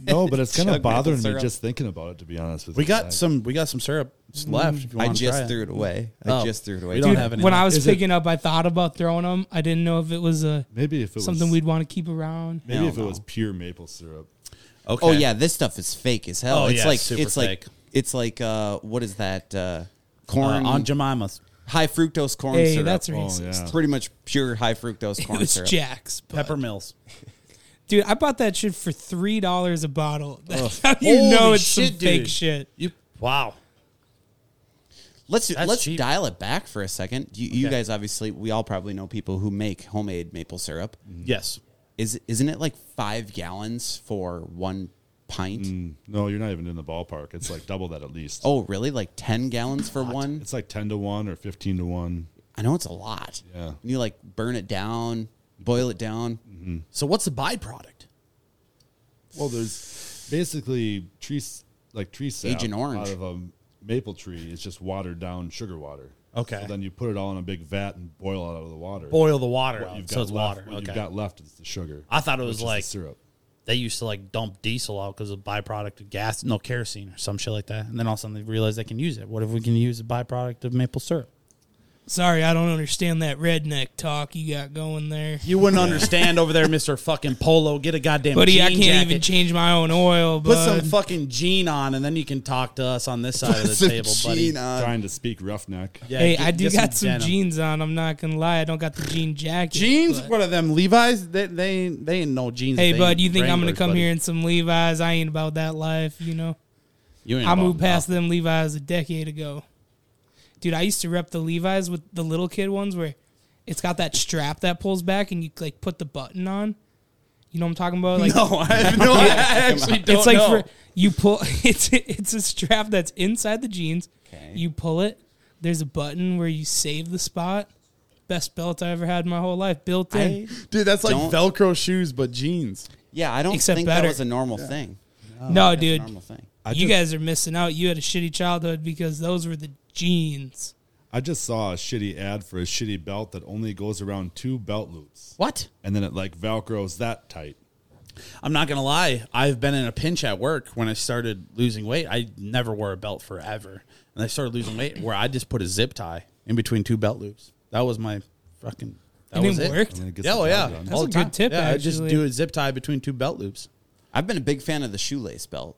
No, but it's kind Chug of maple bothering me syrup. just thinking about it. To be honest *laughs* with We you, got Like, some. We got some syrup left. If *laughs* you I wanna try just it. threw it away. I Oh. just threw it away. We don't Dude, have any when left. I was Is it- picking up, I thought about throwing them. I didn't know if it was a Maybe if it something was, we'd want to keep around. maybe if Hell it was no. pure maple syrup. Okay. oh yeah, this stuff is fake as hell. Oh, it's yeah, like super it's like fake. it's like uh, what is that? Uh, Uh, corn on Jemima's high fructose corn Hey, syrup. that's Oh racist. It's yeah, pretty much pure high *laughs* fructose corn *laughs* It was syrup. Jack's. but- pepper *laughs* mills. dude, I bought that shit for three dollars a bottle. *laughs* That's how you know Holy it's some shit, dude. fake shit. You wow. Let's do, That's let's cheap. dial it back for a second. You, you Okay. guys obviously, we all probably know people who make homemade maple syrup. Yes. Is isn't it like five gallons for one pint? Mm. no, you're not even in the ballpark. It's like double that at least. Oh, really? Like ten gallons for one? it's like ten to one or fifteen to one. I know it's a lot. Yeah. And you like burn it down, boil it down. Mm-hmm. So what's the byproduct? Well, there's basically trees like tree sap Agent Orange. out of a maple tree. It's just watered down sugar water. Okay. So then you put it all in a big vat and boil it out of the water. Boil the water. What out, you've so got it's left, water. What okay. you've got left is the sugar. I thought it which was is the like syrup. they used to like dump diesel out because of byproduct of gas, no kerosene or some shit like that. And then all of a sudden they realized they can use it. What if we can use the byproduct of maple syrup? Sorry, I don't understand that redneck talk you got going there. You wouldn't understand over there, Mister Fucking Polo. Get a goddamn Buddy, jean I can't jacket. even change my own oil, Put but some fucking jean on, and then you can talk to us on this side of the table, buddy. Trying to speak roughneck. Yeah, hey, get- I do get got some, denim. jeans on. I'm not gonna lie, I don't got the jean jacket. Jeans? but- What are them Levi's? They they ain't, they ain't no jeans. Hey, They bud, ain't you think I'm gonna Wranglers, come buddy. here in some Levi's? I ain't about that life, you know. You ain't I about moved past nothing. them Levi's a decade ago. Dude, I used to rep the Levi's with the little kid ones where it's got that strap that pulls back and you like put the button on. You know what I'm talking about? Like No, I *laughs* have *laughs* no. I actually don't it's like know. for you pull *laughs* it's it's a strap that's inside the jeans. You pull it. There's a button where you save the spot. Best belt I ever had in my whole life, built in. dude. That's like Don't- Velcro shoes, but jeans. Yeah, I don't Except think that better. was a normal thing. no, oh, That's a dude, normal thing. you guys are missing out. You had a shitty childhood because those were the jeans. I just saw a shitty ad for a shitty belt that only goes around two belt loops, What? and then it like velcros that tight. I'm not gonna lie. I've been in a pinch at work when I started losing weight. I never wore a belt forever, and I started losing weight where I just put a zip tie in between two belt loops. That was my fucking. That And it was it. worked? And then it gets Yeah, the oh, yeah. job done. That's All a the good time. tip, Yeah, I just actually. do a zip tie between two belt loops. I've been a big fan of the shoelace belt.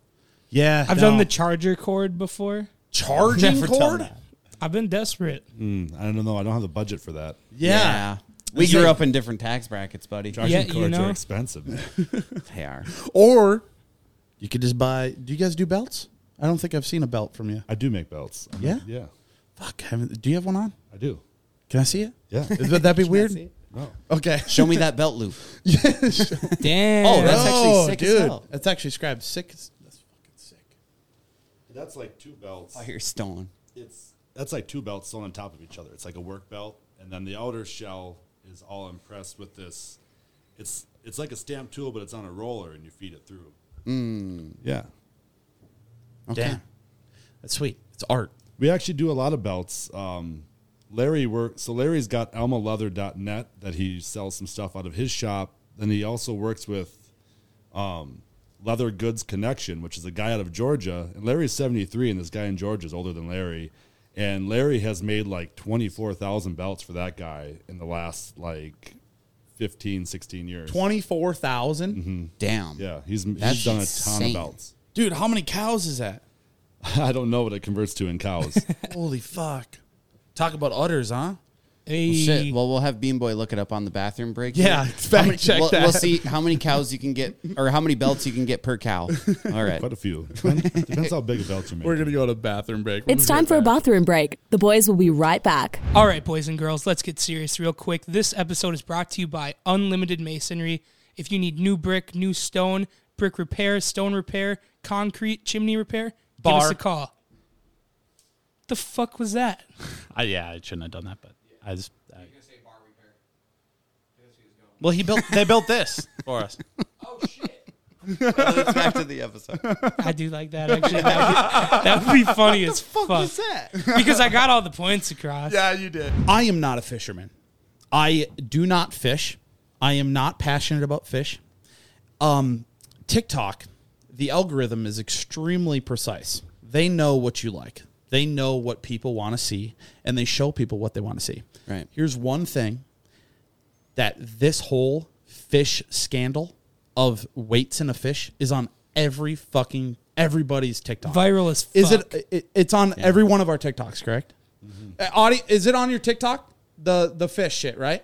Yeah, I've done the charger cord before. charging Never done cord. that. I've been desperate. Mm. I don't know. I don't have the budget for that. Yeah. We It's grew like- up in different tax brackets, buddy. Charging Yeah, you cords know. are expensive. Man. *laughs* They are. or you could just buy. Do you guys do belts? I don't think I've seen a belt from you. I do make belts. I'm Yeah? like, yeah, Fuck, I haven't, do you have one on? I do. Can I see it? Yeah. Would that be weird? No. Okay. Show me that belt loop. Damn. Oh, that's actually Oh, sick as dude. hell. That's actually scribed sick. as- That's fucking sick. That's like two belts. Oh, you're stone. It's that's like two belts sewn on top of each other. It's like a work belt, and then the outer shell is all impressed with this. It's it's like a stamp tool, but it's on a roller, and you feed it through. Mm. Yeah, Okay. Damn. That's sweet. It's art. we actually do a lot of belts. Um, Larry works. So Larry's got ElmaLeather.net that he sells some stuff out of his shop. Then he also works with um, Leather Goods Connection, which is a guy out of Georgia. And Larry's 73, and this guy in Georgia is older than Larry. And Larry has made like 24,000 belts for that guy in the last like 15, 16 years. Twenty four thousand. Damn. Mm-hmm. Yeah, he's, That's he's done a ton insane. of belts. *laughs* Dude, how many cows is that? I don't know what it converts to in cows. *laughs* Holy fuck. Talk about udders, huh? Hey. Shit. Well, we'll have Bean Boy look it up on the bathroom break. Yeah, *laughs* here. fact How many- check we'll, that. We'll see how many cows you can get, or how many belts you can get per *laughs* cow. All right. Quite a few. Depends how big a belt you make. We're going to go to bathroom break. It's time for a bathroom break. The boys will be right back. All right, boys and girls, let's get serious real quick. This episode is brought to you by Unlimited Masonry. If you need new brick, new stone, brick repair, stone repair, concrete, chimney repair, give us Bar. a call. The fuck was that? I, Uh, yeah, I shouldn't have done that, but I just. I, well, he built. They built this for us. Let's back to the episode. *laughs* I do like that *laughs* actually. That would, that would be funny as fuck. that? Because I got all the points across. Yeah, you did. I am not a fisherman. I do not fish. I am not passionate about fish. Um, TikTok, the algorithm is extremely precise. They know what you like. They know what people want to see, and they show people what they want to see. Right. Here's one thing that this whole fish scandal of weights in a fish is on every fucking everybody's TikTok. Viral as fuck. Mm-hmm. Is it, it? It's on every one of our TikToks, correct? Uh, Audi, is it on your TikTok? The the fish shit, right?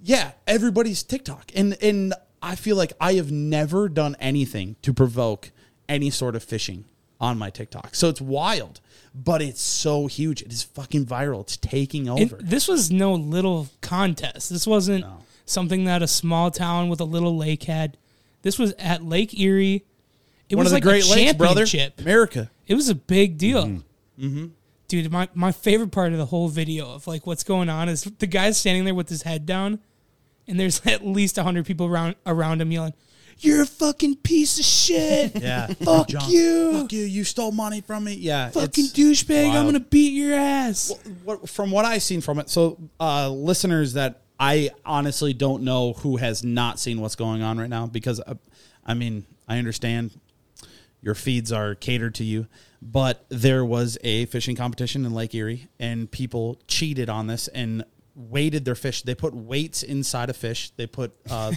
Yeah, everybody's TikTok, and and I feel like I have never done anything to provoke any sort of fishing on my TikTok. So it's wild, but it's so huge. It is fucking viral. It's taking And over. this was no little contest. This wasn't something that a small town with a little lake had. This was at Lake Erie. It one was of the like Great a Lakes, brother. Mm-hmm. championship. America. It was a big deal. Dude, my, my favorite part of the whole video of like what's going on is the guy's standing there with his head down, and there's *laughs* at least hundred people around around him yelling, "You're a fucking piece of *laughs* shit! Yeah. fuck you, Fuck you. You stole money from me. Yeah. fucking it's- douchebag! I'm wild. gonna beat your ass." what, from what I've seen from it, so uh, listeners that I honestly don't know who has not seen what's going on right now because uh, I mean I understand your feeds are catered to you, but there was a fishing competition in Lake Erie and people cheated on this and weighted their fish. They put weights inside a fish. They put *laughs* uh,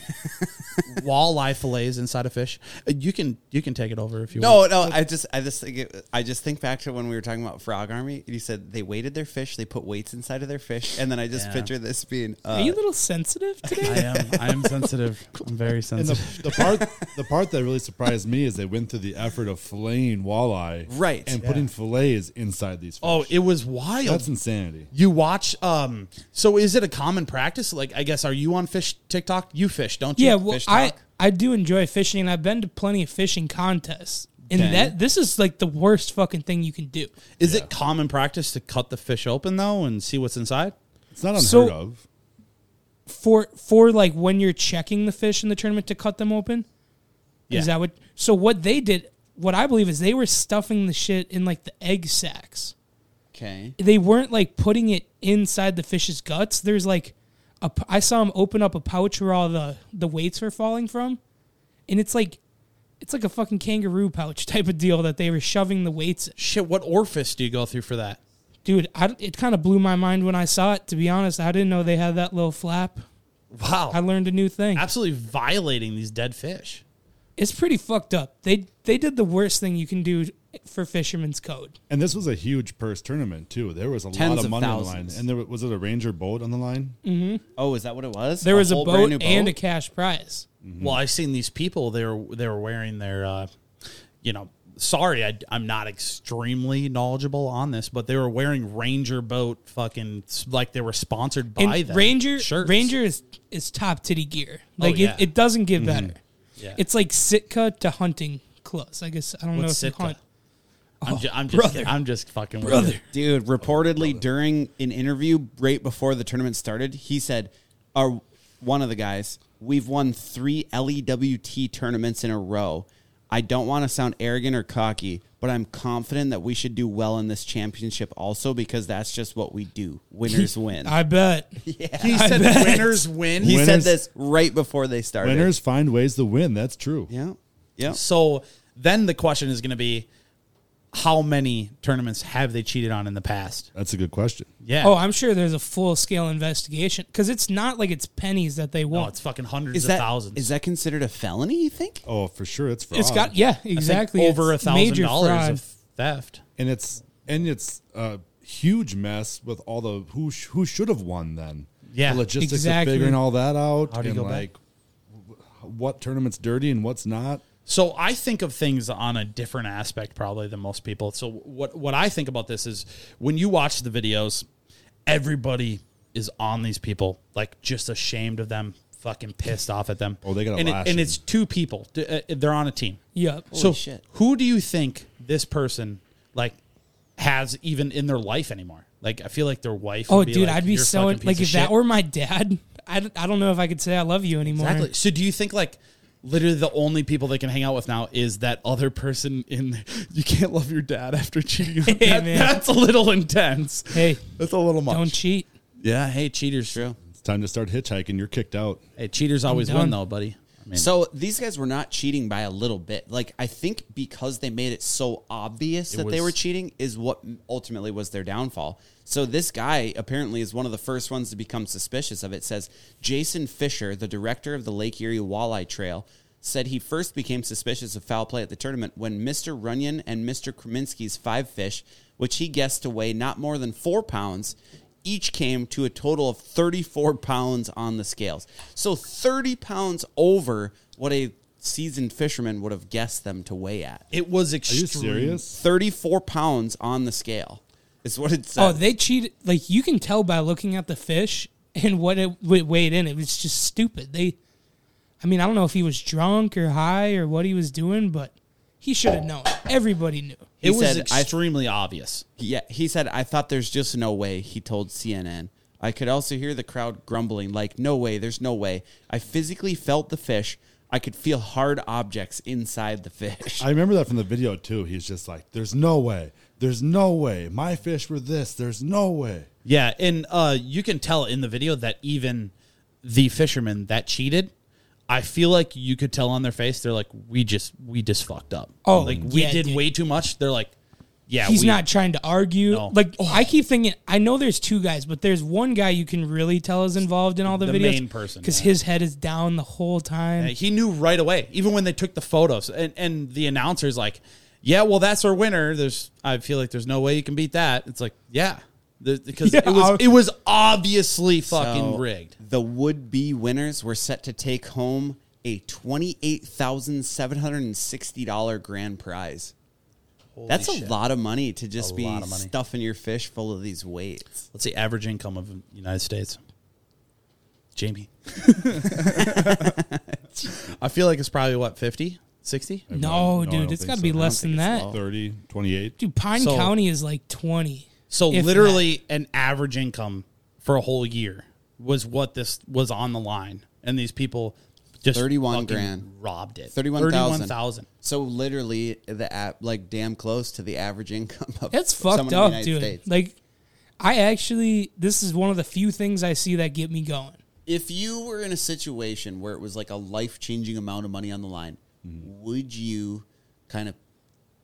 walleye fillets inside a fish. Uh, You can you can take it over if you want. No, no. I just, I just think, it, I just think back to when we were talking about Frog Army. And you said they weighted their fish, they put weights inside of their fish, and then I just Yeah. picture this being. Uh, Are you a *laughs* little sensitive today? I am I am sensitive. I'm very And sensitive. the, the part the part that really surprised me is they went through the effort of filleting walleye, Right. and Yeah. putting fillets inside these. Fish. Oh, it was wild. that's insanity. You watch. Um. So is it a common practice? Like, I guess, are you on fish TikTok? You fish, don't you? Yeah, well, fish I talk? I do enjoy fishing, and I've been to plenty of fishing contests. And Dang. that this is like the worst fucking thing you can do. is it common practice to cut the fish open though and see what's inside? It's not unheard So- of. for for like when you're checking the fish in the tournament to cut them open. Is Yeah. that what? So what they did, what I believe is they were stuffing the shit in like the egg sacs. okay. They weren't like putting it inside the fish's guts. There's like, a p- I saw him open up a pouch where all the the weights were falling from, and it's like, it's like a fucking kangaroo pouch *laughs* type of deal that they were shoving the weights. in. Shit, what orifice do you go through for that? Dude, I, it kind of blew my mind when I saw it. To be honest, I didn't know they had that little flap. Wow, I learned a new thing. absolutely violating these dead fish. it's pretty fucked up. They they did the worst thing you can do for fisherman's code. And this was a huge purse tournament too. There was a Tens lot of, of money on the thousands. line, and there wa- was it a Ranger boat on the line? Oh, is that what it was? There was a whole brand boat, new and a cash prize. Well, I've seen these people. They were they were wearing their, uh, you know. Sorry, I, I'm not extremely knowledgeable on this, but they were wearing Ranger boat fucking like they were sponsored by And them. Ranger shirts. Oh, Ranger is is top titty gear. Like yeah. Mm-hmm. it, it doesn't get better. Yeah. It's like Sitka to hunting clothes. I guess I don't know if What's Sitka? you hunt. I'm, ju- I'm just brother. I'm just fucking with you. Oh, Dude, reportedly during an interview right before the tournament started, he said, "Our one of the guys, we've won three LEWT tournaments in a row. I don't want to sound arrogant or cocky, but I'm confident that we should do well in this championship also because that's just what we do. *laughs* Winners win." *laughs* I bet. He I said bet. winners win. he said Winners- this right before they started. Winners find ways to win. That's true. Yeah. Yeah. so then the question is going to be how many tournaments have they cheated on in the past? That's a good question. Yeah. Oh, I'm sure there's a full scale investigation because it's not like it's pennies that they no, want. Oh, it's fucking hundreds Is of that thousands. is that considered a felony? You think? Oh, for sure, it's fraud. it's got yeah, I think exactly over a It's thousand major dollars fraud. of theft. and it's and it's a huge mess with all the who sh- who should have won then. Yeah, the logistics exactly. of figuring all that out How do you and go back? like w- what tournament's dirty and what's not. So I think of things on a different aspect probably than most people. So what what I think about this is when you watch the videos, everybody is on these people, like just ashamed of them, fucking pissed off at them. Oh, they got a and, it- lashing. and it's two people. D- uh, They're on a team. Yep. so shit. who do you think this person like has even in their life anymore? Like I feel like their wife. oh, would be dude, like, I'd be "You're a so fucking piece like of if that shit." were my dad. *laughs* I, d- I don't know if I could say I love you anymore. Exactly. So do you think like literally the only people they can hang out with now is that other person in *laughs* you can't love your dad after *laughs* cheating on Hey, that, man. That's a little intense. *laughs* Hey, That's a little much. don't cheat. yeah, hey cheaters. True. It's time to start hitchhiking. You're kicked out. Hey, cheaters always done. win though, buddy. I mean, So these guys were not cheating by a little bit. Like I think because they made it so obvious that they was- were cheating is what ultimately was their downfall. So this guy apparently is one of the first ones to become suspicious of it. Says Jason Fisher, the director of the Lake Erie Walleye Trail, said he first became suspicious of foul play at the tournament when Mr. Runyon and Mr. Kraminsky's five fish, which he guessed to weigh not more than four pounds, each came to a total of 34 pounds on the scales. So 30 pounds over what a seasoned fisherman would have guessed them to weigh at. it was Are you extreme. serious? 34 pounds on the scale is what it said. Oh, they cheated. Like you can tell by looking at the fish and what it, what it weighed in. It was just stupid. They, I mean, I don't know if he was drunk or high or what he was doing, but he should have known. Everybody knew. It was said, "I- extremely obvious. Yeah, he said, I thought there's just no way, he told CNN. I could also hear the crowd grumbling, like, no way, there's no way. I physically felt the fish. I could feel hard objects inside the fish. I remember that from the video too. He's just like, "There's no way. There's no way. My fish were this. There's no way." Yeah, and uh, you can tell in the video that even the fishermen that cheated, I feel like you could tell on their face they're like, we just we just fucked up. Oh, like we yeah, did dude. way too much. They're like, yeah, He's we- not trying to argue. No. Oh. Like I keep thinking, I know there's two guys, but there's one guy you can really tell is involved in all the, The videos. main person, because yeah. his head is down the whole time. Uh, He knew right away, even when they took the photos, and and the announcer's like, yeah, well that's our winner. There's I feel like there's no way you can beat that. It's like yeah, The- because Yeah, it was I'll- it was obviously fucking So, rigged. The would be winners were set to take home a $28,760 grand prize. That's a shit. lot of money to just A be lot of money. stuffing your fish full of these weights. What's the average income of the United States? Jamie. *laughs* I feel like it's probably what, 50, 60? no, No, I dude, don't it's think got to so. be I less don't than think it's that. low. 30, 28. Dude, Pine So- County is like twenty. So if literally an average income for a whole year was what this was on the line and these people just 31 fucking grand. robbed it. 31,000. 31,000. So literally the app like damn close to the average income of That's someone fucked in the up, United dude. States. Like, I actually, this is one of the few things I see that get me going. if you were in a situation where it was like a life-changing amount of money on the line, would you kind of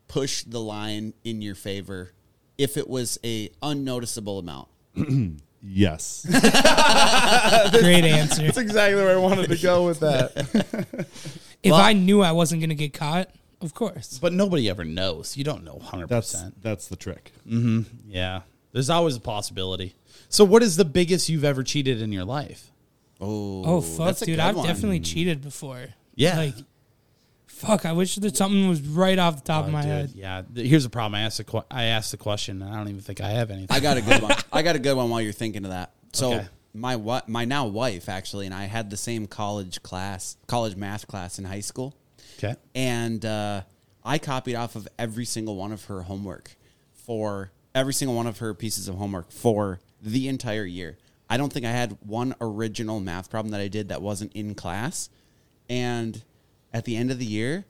push the line in your favor if it was a unnoticeable amount? Yes. Great *laughs* answer. exactly where I wanted to go with that. if I knew I wasn't going to get caught, of course. But nobody ever knows. You don't know 100%. That's that's the trick. yeah. There's always a possibility. So what is the biggest you've ever cheated in your life? Oh, Oh, fuck, that's a dude. good I've one. definitely cheated before. Yeah. Like, fuck, I wish that something was right off the top of Oh, my dude, head. Yeah, Th- here's the problem. I asked the que- I asked the question. And I don't even think I have anything. I got a good one. I got a good one while you're thinking of that. So Okay. my what my now wife actually and I had the same college class, college math class in high school. okay. and uh, I copied off of every single one of her homework for every single one of her pieces of homework for the entire year. I don't think I had one original math problem that I did that wasn't in class. And at the end of the year,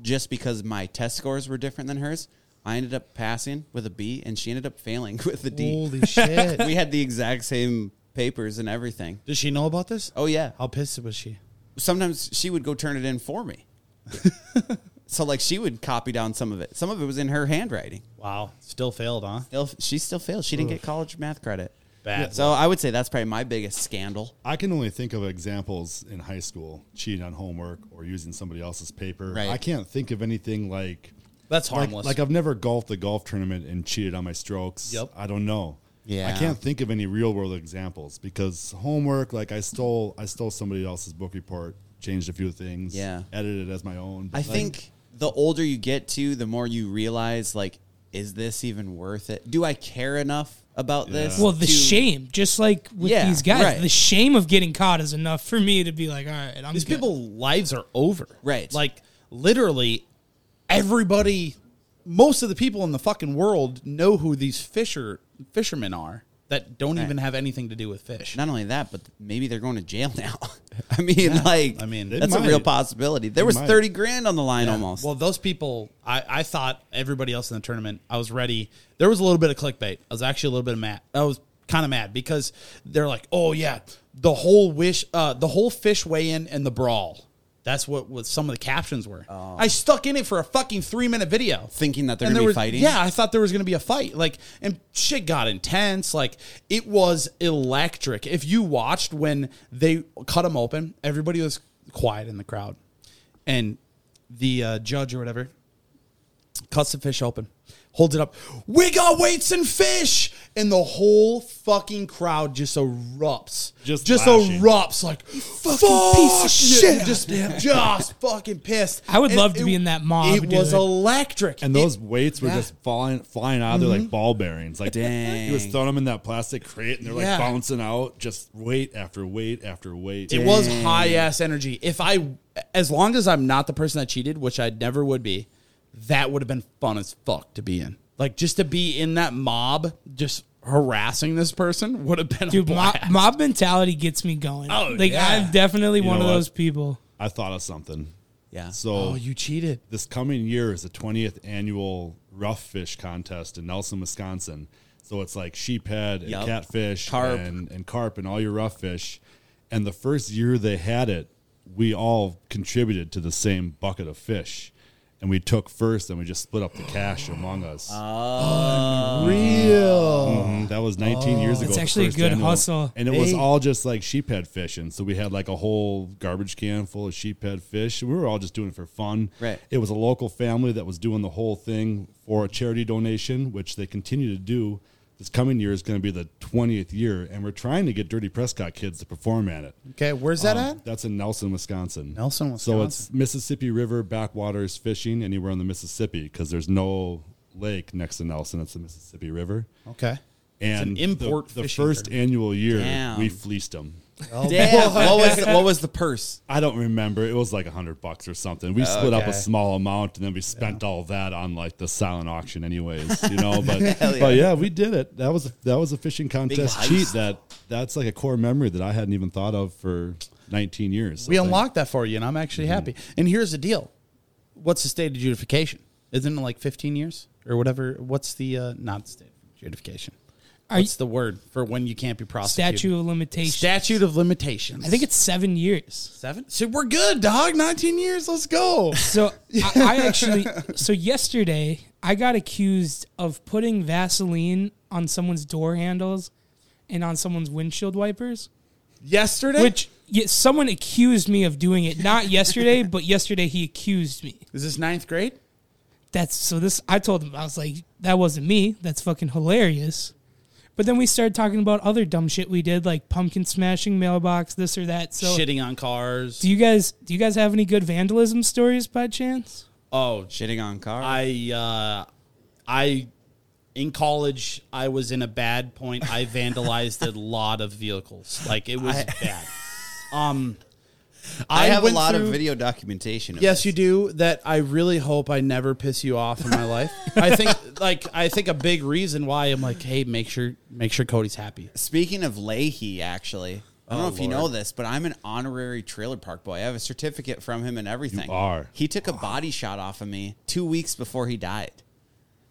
just because my test scores were different than hers, I ended up passing with a B and she ended up failing *laughs* with a D. shit! *laughs* we had the exact same papers and everything. Did she know about this? Oh yeah. How pissed was she? *laughs* Sometimes she would go turn it in for me. So like she would copy down some of it. Some of it was in her handwriting. Wow, still failed, huh? Still, she still failed. She didn't get college math credit. Bad. So I would say that's probably my biggest scandal. I can only think of examples in high school cheating on homework or using somebody else's paper. Right. I can't think of anything like That's like- harmless. Like, I've never golfed a golf tournament and cheated on my strokes. Yep. I don't know. Yeah. I can't think of any real world examples because homework, like I stole, I stole somebody else's book report, changed a few things, Yeah. edited it as my own. I Like, think the older you get to, the more you realize like, is this even worth it? Do I care enough about this? Well, the to- shame, just like with Yeah, these guys, right. the shame of getting caught is enough for me to be like, all right, I'm These good. people lives are over. Right. Like literally everybody most of the people in the fucking world know who these fisher fishermen are that don't even have anything to do with fish. Not only that, but maybe they're going to jail *laughs* now. I mean, like, I mean, they that's might. a real possibility. There They was might. thirty grand on the line almost. Well, those people, I, I thought everybody else in the tournament, I was ready. There was a little bit of clickbait. I was actually a little bit of mad. I was kind of mad because they're like, oh, yeah, the whole wish, uh, the whole fish weigh in and the brawl. That's what, what some of the captions were. Oh. I stuck in it for a fucking three minute video. Thinking that they're And gonna there be was- fighting? Yeah, I thought there was going to be a fight. Like, and shit got intense. Like, it was electric. If you watched when they cut them open, everybody was quiet in the crowd, and the uh, judge or whatever cuts the fish open, holds it up. We got weights and fish, and the whole fucking crowd just erupts. Just just lashing. erupts like fucking piece of shit." Just, *laughs* just fucking pissed. I would And love to it- be in that mob It and do was that. electric, And It- those weights were yeah. just falling, flying out of there like ball bearings. Like, Dang. he was throwing them in that plastic crate, and they're Yeah. like bouncing out, just weight after weight after weight. It was high ass energy. If I, as long as I'm not the person that cheated, which I never would be, that would have been fun as fuck to be in. Like just to be in that mob, just harassing this person would have been a Dude, mob, blast. mob mentality gets me going. Oh, like yeah. I'm definitely You one know of what? those people. I thought of something. yeah. So Oh, you cheated! this coming year is the 20th annual rough fish contest in Nelson, Wisconsin. So it's like sheephead and Yup. catfish Carp. And, and carp and all your rough fish. And the first year they had it, we all contributed to the same bucket of fish. And we took first and we just split up the cash among us. Oh. Real. Mhm. That was 19 years ago. That's the actually a first good hustle. And it was They- all just like sheephead fishing. So we had like a whole garbage can full of sheephead fish. We were all just doing it for fun. Right. It was a local family that was doing the whole thing for a charity donation, which they continue to do. This coming year is going to be the 20th year, and we're trying to get Dirty Prescott kids to perform at it. Okay, where's that Um, at? That's in Nelson, Wisconsin. Nelson, So it's Mississippi River backwaters fishing anywhere on the Mississippi because there's no lake next to Nelson. It's the Mississippi River. Okay. And an import the, the fishing first tournament. annual year, Damn. we fleeced them. Damn. what was the, what was the purse? I don't remember. It was like a hundred bucks or something. We split up Okay. a small amount, and then we spent all that on like the silent auction, anyways. You know, but Hell yeah. but yeah, we did it. That was that was a fishing contest heist. cheat. That that's like a core memory that I hadn't even thought of for 19 years. We So thank- unlocked that for you, and I'm actually happy. And here's the deal: what's the state of judicification? Isn't it like 15 years or whatever? What's the uh, not state of judicification? Are you, What's the word for when you can't be prosecuted? statute of limitations. Statute of limitations. I think it's seven years. seven. So we're good, dog. 19 years. Let's *laughs* go. So I, I actually, so yesterday I got accused of putting Vaseline on someone's door handles and on someone's windshield wipers, Yesterday, which yeah, someone accused me of doing it. Not yesterday, but yesterday he accused me. is this ninth grade? That's so this, I told him, I was like, that wasn't me. That's fucking hilarious. But then we started talking about other dumb shit we did, like pumpkin smashing mailbox, this or that. So Shitting on cars. do you guys, do you guys have any good vandalism stories by chance? *laughs* oh, Shitting on car. I, uh, I, in college, I was in a bad point. I vandalized *laughs* a lot of vehicles. Like it was bad. Um, I have a went lot through- of video documentation. Of Yes, you do. That I really hope I never piss you off in my life. I think, like, I think a big reason why I'm like, hey, make sure, make sure Cody's happy. Speaking of Leahy, actually, I Oh, don't know if you know Lord. this, but I'm an honorary trailer park boy. I have a certificate from him and everything. are. He took a body shot off of me two weeks before he died.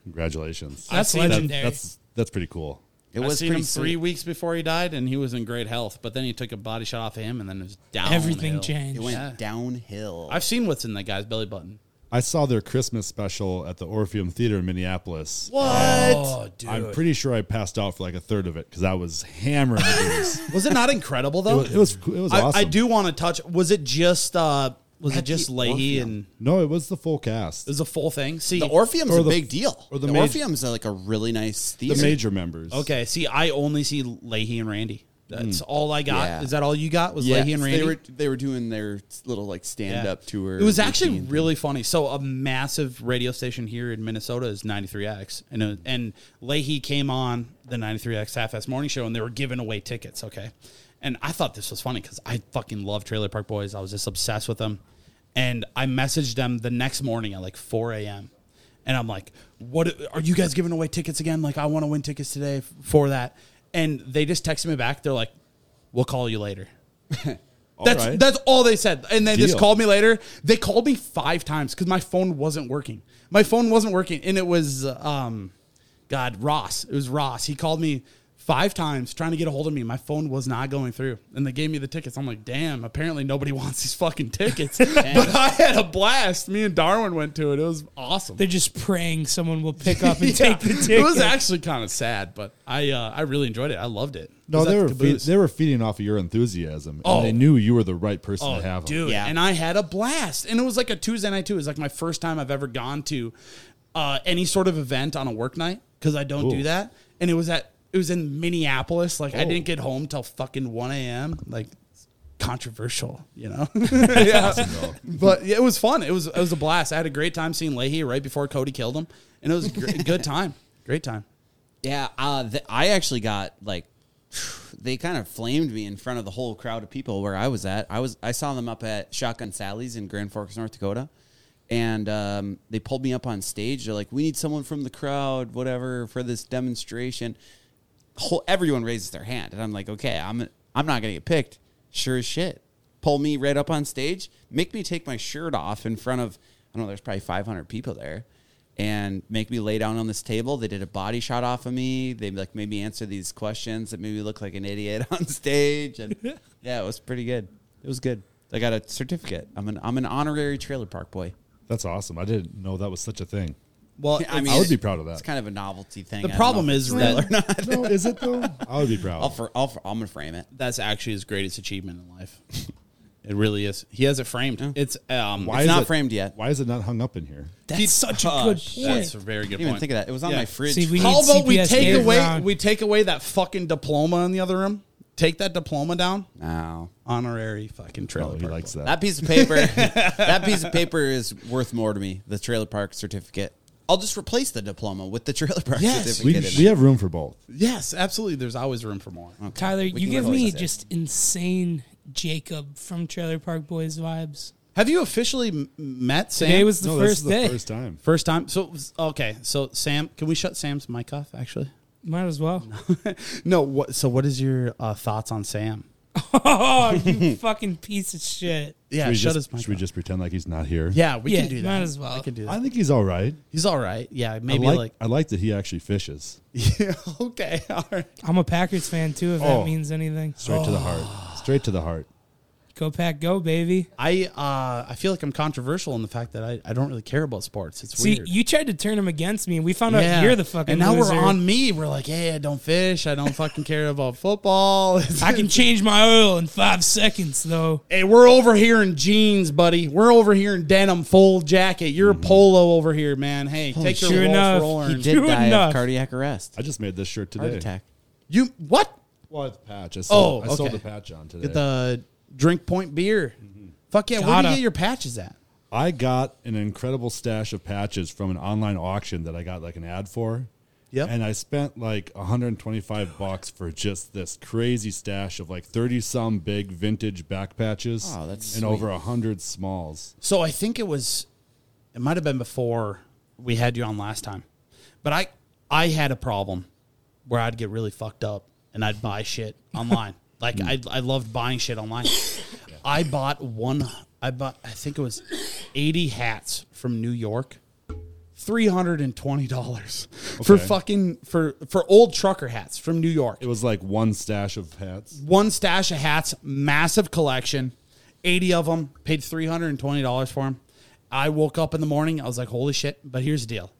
Congratulations. That's That- legendary. that's that's pretty cool. It I was seen pretty him three sweet. weeks before he died, and he was in great health. But then he took a body shot off of him, and then it was down. Everything changed. It went downhill. I've seen what's in that guy's belly button. I saw their Christmas special at the Orpheum Theater in Minneapolis. What? I'm pretty sure I passed out for like a third of it because I was hammering booze. Was it not incredible it though? was it was, it was I, awesome. I do want to touch. Was it just? uh Was it just Leahy and? No, it was the full cast. It was a full thing. See, The Orpheum's Or a the- big deal. or the the maj- Orpheum's uh, like a really nice the theater. major members. okay. See, I only see Leahy and Randy. That's all I got. Mm. Yeah. Is that all you got? Was yeah, Leahy and Randy? they were they were doing their little like stand Yeah. up tour. It was actually routine. really funny. So a massive radio station here in Minnesota is 93X, and uh, and Leahy came on the 93X half-ass morning show, and they were giving away tickets. Okay, and I thought this was funny because I fucking love Trailer Park Boys. I was just obsessed with them, and I messaged them the next morning at like 4 a.m. And I'm like, what are you guys giving away tickets again? Like, I want to win tickets today f- for that. And they just texted me back. They're like, we'll call you *laughs* later. That's right. that's all they said, and they just Deal. called me later. They called me five times because my phone wasn't working. My phone wasn't working, and it was um, God Ross. It was Ross. He called me five times trying to get a hold of me. My phone was not going through, and they gave me the tickets. I'm like, damn. Apparently, nobody *laughs* wants these fucking *laughs* tickets. but I had a blast. Me and Darwin went to it. It was awesome. They're just praying someone will pick up and take the *laughs* ticket. It was actually kind of sad, but I uh, I really enjoyed it. I loved it. It No, was they at were the feed, Caboose. they were feeding off of your enthusiasm, Oh. and they knew you were the right person Oh, to have. 'em. dude! Yeah. And I had a blast, and it was like a Tuesday night too. It was like my first time I've ever gone to uh, any sort of event on a work night because I don't Cool. do that. And it was at it was in Minneapolis. Like I Oh. didn't get home till fucking one a.m. Like controversial, you know. *laughs* yeah. but yeah, it was fun. It was it was a blast. I had a great time seeing Leahy right before Cody killed him, and it was a gr- good time. Great time. Yeah, uh, th- I actually got like *sighs* they kind of flamed me in front of the whole crowd of people where I was at. I was I saw them up at Shotgun Sally's in Grand Forks, North Dakota, and um, they pulled me up on stage. They're like, "We need someone from the crowd, whatever, for this demonstration." Whole, everyone raises their hand, and I'm like, "Okay, I'm I'm not gonna get picked." Sure as shit, pull me right up on stage, make me take my shirt off in front of I don't know. There's probably 500 people there and make me lay down on this table. They did a body shot off of me. They like made me answer these questions that made me look like an idiot *laughs* on stage. *laughs* And yeah, it was pretty good. It was good. I got a certificate. I'm an I'm an honorary trailer park boy. That's awesome. I didn't know that was such *laughs* a thing. Well, *laughs* I mean, I would it- be proud of that. It's kind of a novelty thing. the I don't problem know if is it's real or that not. no, is it though? I would be proud. I'll for, I'll for, I'm gonna frame it. that's actually his greatest achievement in life. *laughs* It really is. He has it framed. It's um, Why it's is not it- framed yet. Why is it not hung up in here? That's such a good point. That's a very I good didn't even point. think of that. It was on Yeah. my fridge. See, we How need about we CPS take Dave away Brown. we take away that fucking diploma in the other room? Take that diploma down. no. Honorary fucking trailer. Oh, he park likes boy. that. That piece of paper, *laughs* that piece of paper is worth more to me. The trailer park certificate. I'll just replace the diploma with the trailer park Yes, we, certificate. in we it. have room for both. Yes, absolutely. There's always room for more. Tyler, We you can give replace me it. just insane Jacob from Trailer Park Boys vibes. Have you officially m- met Sam? Today was the No, this is first the day. first time. first time. So okay. So Sam, can we shut Sam's mic off? Actually, Might as well. no. What? So what is your uh, thoughts on Sam? *laughs* oh, you fucking piece of shit. Yeah, should we, shut just, his mic. should we off. just pretend like he's not here? Yeah, we Yeah, can do that. might as well. We can do that. I think he's all right. He's all right. Yeah, maybe I like, like. *laughs* I like that he actually fishes yeah, okay, all right. I'm a Packers fan too, if Oh. that means anything. straight to the *gasps* heart, straight to the heart. Go Pack, go, baby. I uh, I feel like I'm controversial in the fact that I, I don't really care about sports. It's See, weird. you tried to turn him against me, and we found out you're the fucking And now loser. we're on me. We're like, hey, I don't fish. I don't fucking care about football. *laughs* I can change my oil in five seconds, though. Hey, we're over here in jeans, buddy. We're over here in denim, full jacket. You're a polo over here, man. Hey, take your sure Rolls enough, roller. he and- did True die enough. of cardiac arrest, I just made this shirt today. heart attack. You what? Well, it's patch. I sold, Oh, I sold okay. the patch on today. Get the drink point beer. Fuck yeah. Where do Gotta. you get your patches at? I got an incredible stash of patches from an online auction that I got like an ad for. Yep. And I spent like 125 bucks for just this crazy stash of like 30 some big vintage back patches Oh, that's and sweet. over 100 smalls. So I think it was, it might have been before we had you on last time, but I I had a problem where I'd get really fucked up and I'd buy shit online. like I I loved buying shit online. I bought one. I bought I think it was eighty hats from New York. Three hundred and twenty dollars for Okay. fucking for for old trucker hats from New York It was like one stash of hats. one stash of hats, massive collection, 80 of them, paid $320 for them. I woke up in the morning. I was like, holy shit! But here's the deal.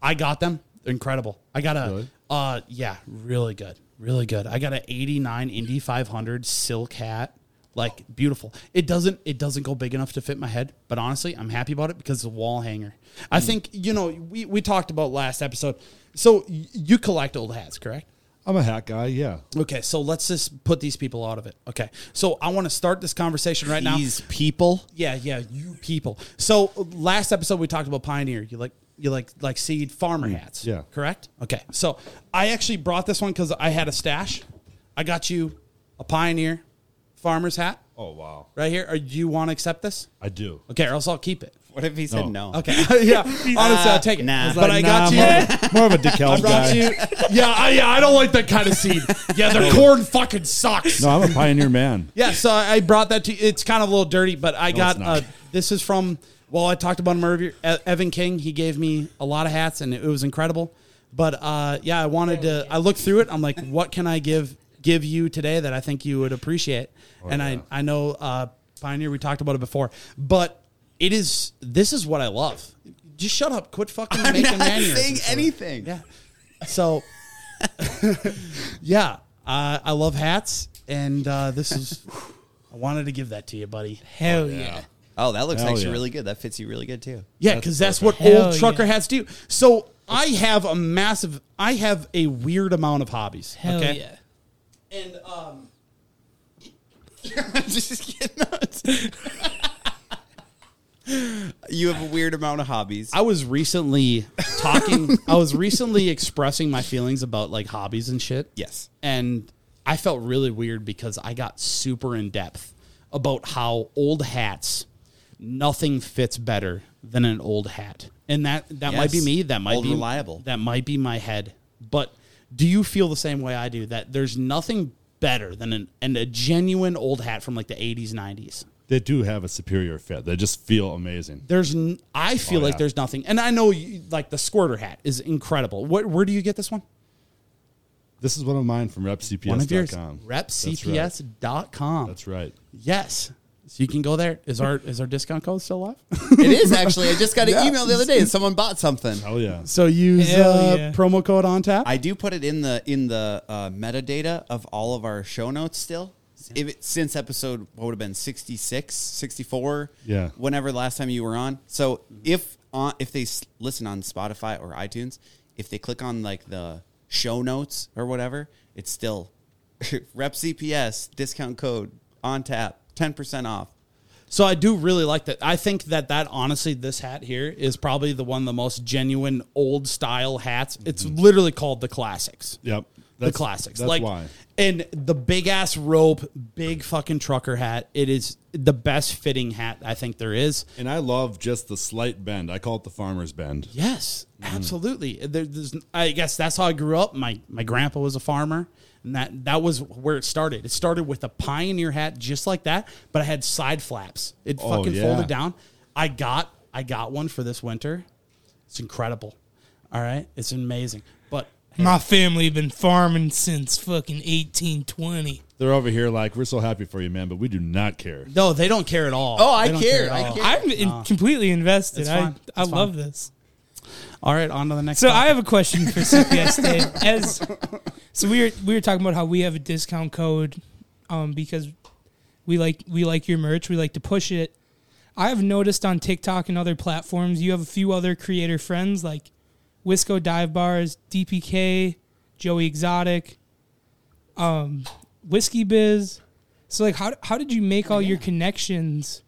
I got them. They're incredible. I got a Really? uh yeah, really good. Really good. I got an 89 Indy 500 silk hat. Like beautiful. It doesn't it doesn't go big enough to fit my head, but honestly, I'm happy about it because it's a wall hanger. I think, you know, we we talked about last episode. So y- you collect old hats, correct? I'm a hat guy. Yeah. Okay, so let's just put these people out of it. Okay. So I want to start this conversation right now. These people. Yeah, yeah, you people. So last episode we talked about Pioneer. You like you like like seed farmer hats. Mm, yeah. Correct? Okay. So I actually brought this one because I had a stash. I got you a Pioneer farmer's hat Oh wow. right here. Or do you want to accept this? I do. Okay, or else I'll keep it. What if he said no? No. *laughs* Okay. yeah. Honestly, I'll take it. nah. But I got you. *laughs* More of a decal I brought guy. you. Yeah, I, yeah, I don't like that kind of seed. Yeah, *laughs* their corn fucking sucks. No, I'm a pioneer man. Yeah, so I I brought that to you. It's kind of a little dirty, but I got it's not. uh, this is from. Well, I talked about him earlier. E- Evan King. He gave me a lot of hats, and it was incredible. But uh, yeah, I wanted to. I looked through it. I'm like, what can I give give you today that I think you would appreciate? Oh, and I I know uh, Pioneer. We talked about it before, but it is this is what I love. Just shut up. Quit fucking making mannerisms. anything. Yeah. So, *laughs* yeah, uh, I love hats, and uh, this is. I wanted to give that to you, buddy. Hell yeah. Oh, that looks Hell actually yeah. really good. That fits you really good too. Yeah, because that's, what perfect. old Hell trucker yeah. hats do. So I have a massive. I have a weird amount of hobbies. Hell okay? yeah. And um, *laughs* just get nuts. you have a weird amount of *laughs* hobbies. I was recently talking. I was recently expressing my feelings about like hobbies and shit. Yes. and I felt really weird because I got super in depth about how old hats nothing fits better than an old hat. And that that might be Yes. me, that might Old be reliable. That might be my head. But do you feel the same way I do that there's nothing better than an and a genuine old hat from like the 80s 90s? They do have a superior fit. They just feel amazing. There's n- I feel Oh, like yeah. there's nothing. And I know you, like the squirter hat is incredible. What where do you get this one? This is one of mine from One of yours. repcps.com. That's right. repcps.com. That's right. Yes. So you can go there. Is our is our discount code still live? *laughs* It is actually. I just got an email the other day and someone bought something. Hell yeah. so use Hell uh, yeah. promo code on tap. I do put it in the in the uh, metadata of all of our show notes still. If it, since episode what would have been 66, 64, Yeah. whenever last time you were on. So if on if they s- listen on Spotify or iTunes, if they click on like the show notes or whatever, it's still *laughs* rep CPS discount code on tap 10% off. so I do really like that. I think that that honestly, this hat here is probably the one of the most genuine old style hats. It's Mm-hmm. literally called the classics. Yep. the That's- classics. That's like why. and the big ass rope, big fucking trucker hat. It is the best fitting hat I think there is. And I love just the slight bend. I call it the farmer's bend. Yes, Mm. absolutely. There, there's, I guess that's how I grew up. My my grandpa was a farmer, and that that was where it started. It started with a pioneer hat, just like that, but I had side flaps. It Oh, fucking yeah. folded down. I got I got one for this winter. It's incredible. All right, it's amazing. But My family been farming since fucking 1820. They're over here like, we're so happy for you, man, but we do not care. no, they don't care at all. Oh, I They don't care. at I all. care. I'm in- completely invested. It's I fine. I It's love fine. this. All right, on to the next. So I topic. have a question for CPS Dave. As so we were we were talking about how we have a discount code um, because we like we like your merch. We like to push it. I have noticed on TikTok and other platforms, you have a few other creator friends like Wisco Dive Bars, DPK, Joey Exotic, um, Whiskey Biz. So like, how how did you make all your connections?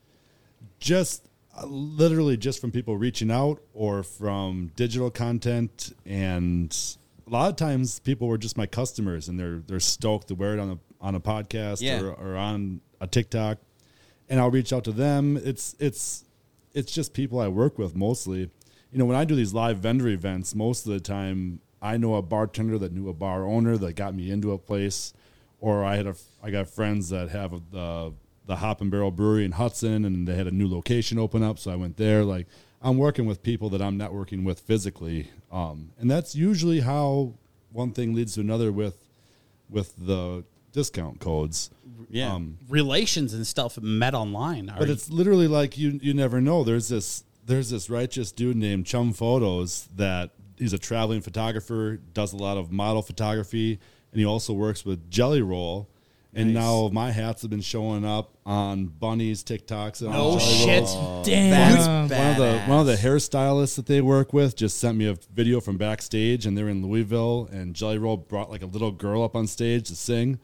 Just uh, literally just from people reaching out or from digital content. And a lot of times people were just my customers and they're, they're stoked to wear it on a, on a podcast Yeah. or, or on a TikTok. And I'll reach out to them. It's, it's, it's just people I work with mostly. You know, when I do these live vendor events, most of the time I know a bartender that knew a bar owner that got me into a place, or I had a I got friends that have a, the the Hop and Barrel Brewery in Hudson, and they had a new location open up, so I went there. Like I'm working with people that I'm networking with physically, um, and that's usually how one thing leads to another with with the discount codes. Yeah. relations and stuff met online. But it's literally like you you never know. There's this there's this righteous dude named Chum Photos that he's a traveling photographer, does a lot of model photography, and he also works with Jelly Roll. And now my hats have been showing up on Bunny's TikToks. And Oh on Jelly shit! Roll. Damn. That's badass. One of the one of the hairstylists that they work with just sent me a video from backstage, and they're in Louisville, and Jelly Roll brought like a little girl up on stage to sing.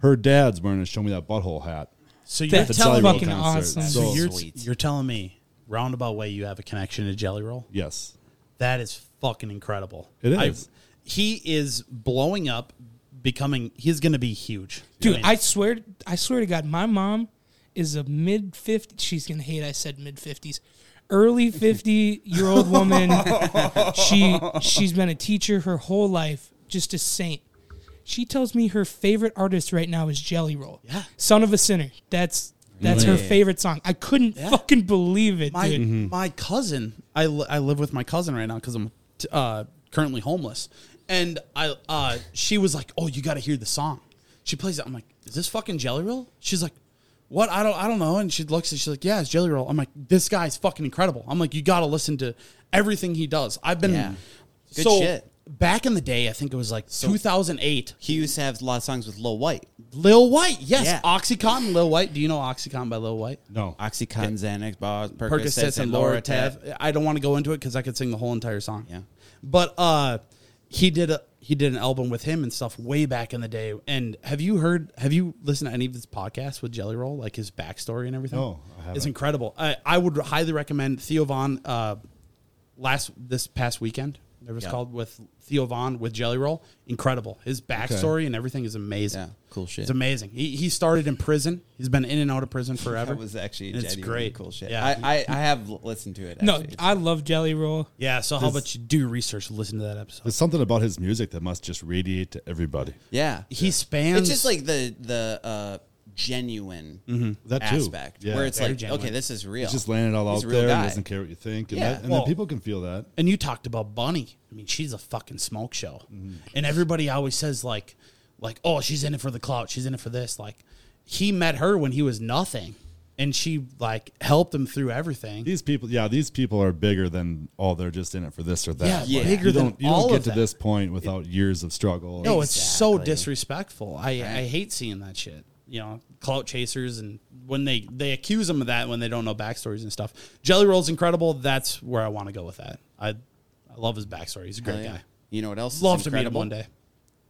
Her dad's wearing a "Show Me That Butthole" hat. So you're That's the telling Jelly me, Roll fucking concert. awesome. so So- you're, Sweet. you're telling me, roundabout way, you have a connection to Jelly Roll. Yes, That is fucking incredible. It I- is. he is blowing up, becoming. He's going to be huge, Dude, mean, I swear, I swear to God, my mom is a mid 50s. She's gonna hate I said mid fifties, *laughs* early fifty year old woman. she she's been a teacher her whole life, just a saint. She tells me her favorite artist right now is Jelly Roll. Yeah. Son of a Sinner. That's that's her favorite song. I couldn't Yeah. fucking believe it, my dude. Mm-hmm. my cousin I, li- I live with my cousin right now because i'm t- uh, currently homeless and i uh, she was like oh you gotta hear the song she plays it i'm like is this fucking jelly roll she's like what i don't i don't know and she looks and she's like yeah it's jelly roll i'm like this guy's fucking incredible i'm like you gotta listen to everything he does i've been Yeah. Good so shit. back in the day i think it was like 2008 He used to have a lot of songs with Lil White, lil white yes Yeah. oxycontin lil white do you know oxycontin by lil white no, OxyContin, Xanax, bars, Percocets, Percocets and Laura Tav. I don't want to go into it because I could sing the whole entire song. Yeah. but uh, he did a he did an album with him and stuff way back in the day. And have you heard? Have you listened to any of his podcasts with Jelly Roll, like his backstory and everything? No, I haven't. it's incredible. I, I would highly recommend Theo Von. Uh, last this past weekend, it was Yeah. called with Theo Von with Jelly Roll. Incredible. His backstory and everything is amazing. Yeah, cool shit. It's amazing. He, he started in prison. He's been in and out of prison forever. *laughs* That was actually And it's genuinely great. cool shit. Yeah. I, I, I have l- listened to it. No, actually. I love Jelly Roll. Yeah, so how about you do your research and listen to that episode? there's something about his music that must just radiate to everybody. yeah, He spans. it's just like the the uh, genuine Mm-hmm. That too. aspect Yeah. where it's Very like, genuine. okay, this is real. He's just laying it all He's a out real there. guy. Oh, and Doesn't care what you think. And, Yeah, that, and well- then people can feel that. and you talked about Bunny. I mean, she's a fucking smoke show, Mm-hmm. and everybody always says like, like, oh, she's in it for the clout. She's in it for this. Like, he met her when he was nothing, and she like helped him through everything. These people, yeah, these people are bigger than all. they're just in it for this or that. Yeah, Yeah. bigger you than don't, You don't all get of to that. this point without years of struggle. No, it's so Exactly. disrespectful. I I hate seeing that shit. You know, clout chasers, and when they they accuse them of that when they don't know backstories and stuff. Jelly Roll's incredible. That's where I want to go with that. I I love his backstory. He's a great Hell yeah. guy. You know what else? is Love to meet him incredible? one day.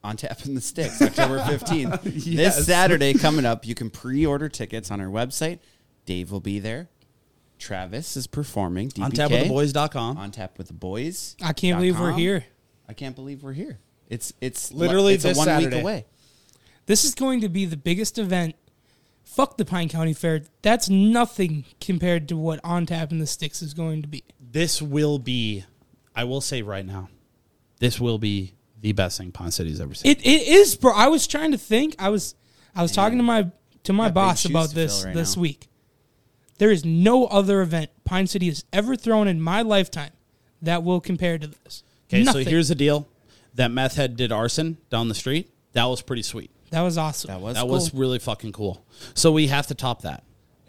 on tap *laughs* in the sticks october 15th Yes. this saturday coming up you can pre-order tickets on our website dave will be there travis is performing DBK, On tapwiththeboys.com. on tap with the boys I can't believe we're here. i can't believe we're here it's it's Literally it's a this one Saturday. week away This is going to be the biggest event. Fuck the Pine County Fair. That's nothing compared to what On Tap and the Sticks is going to be. This will be, I will say right now, this will be the best thing Pond City's ever seen. It it is, bro. I was trying to think. I was I was talking to my to my Got big boss shoes about to this fill right this now. week. There is no other event Pine City has ever thrown in my lifetime that will compare to this. okay, Nothing. so here's the deal. That meth head did arson down the street. That was pretty sweet. that was awesome. that was that cool. was really fucking cool. So we have to top that.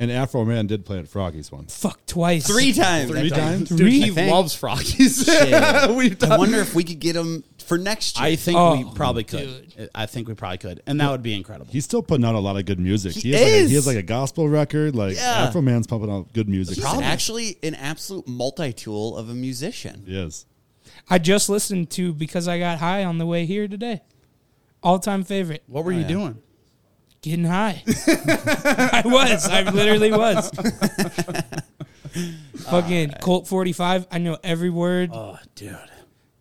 And Afro Man did play at Froggy's once. fuck twice. three times Three times? Dude, Three? he I think- loves froggies. Shit. We've i done- wonder if we could get him for next year *laughs* I think Oh, we probably could. I think we probably could. And that would be incredible. He's still putting out a lot of good music. He has Like a, is. he has like a gospel record. Like Yeah. Afro Man's pumping out good music. He's Probably. actually an absolute multi-tool of a musician He is. I just listened to because I got high on the way here today. All time favorite. What were you doing? Getting *laughs* high. I was. I literally was. Fucking Colt 45. I know every word. Oh, dude.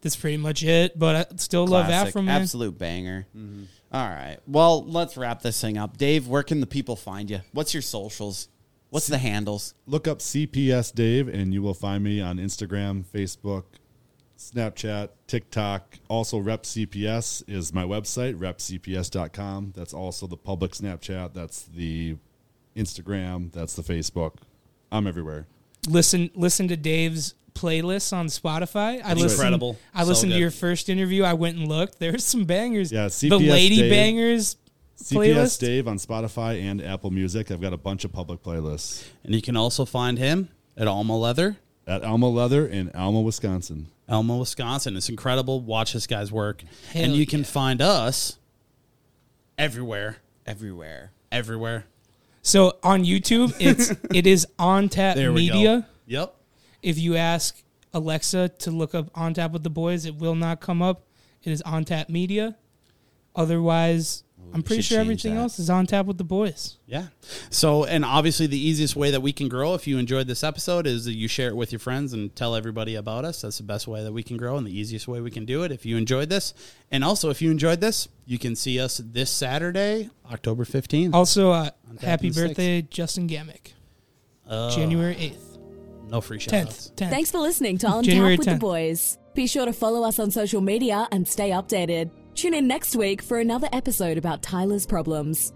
That's pretty much it. But I still love Classic. Afro Man. Absolute banger. Mm-hmm. All right. Well, let's wrap this thing up. Dave, where can the people find you? What's your socials? What's the handles? Look up CPS Dave, and you will find me on Instagram, Facebook, Snapchat, TikTok. Also, Rep CPS is my website, repcps.com. That's also the public Snapchat. That's the Instagram. That's the Facebook. I'm everywhere. Listen, listen to Dave's playlists on Spotify. I listened, incredible. I So listened good. to your first interview. I went and looked. There's some bangers. Yeah, the CPS Lady Dave. Bangers CPS playlist. Dave on Spotify and Apple Music. I've got a bunch of public playlists. And you can also find him at Alma Leather at Alma Leather in Alma, Wisconsin. Elmo, Wisconsin. It's incredible. Watch this guy's work. Hell and you can find us everywhere. everywhere. Everywhere. So on YouTube, it's it is on tap There we media. go. Yep. If you ask Alexa to look up on tap with the boys, it will not come up. It is on tap media. Otherwise, I'm pretty should sure change everything that. else is on tap with the boys. Yeah. So, and obviously, the easiest way that we can grow, if you enjoyed this episode, is that you share it with your friends and tell everybody about us. That's the best way that we can grow and the easiest way we can do it. If you enjoyed this, and also if you enjoyed this, you can see us this Saturday, October 15th. Also, uh, happy and sticks. Uh, birthday, Justin Gamick. January 8th. no free shout 10th. 10th. Thanks for listening to On January Tap with 10th. the Boys. Be sure to follow us on social media and stay updated. Tune in next week for another episode about Tyler's problems.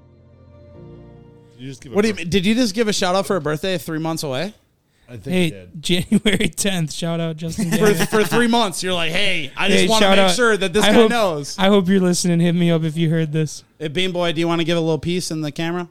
You just give a What do you birth- mean? Did you just give a shout out for a birthday three months away? I think you Hey, did. January 10th. Shout out Justin For, Gamick. for three months, you're like, hey, I just Hey, want to shout make out. sure that this I guy hope- knows. I hope you're listening. Hit me up if you heard this. Hey, Bean Boy, do you want to give a little piece in the camera?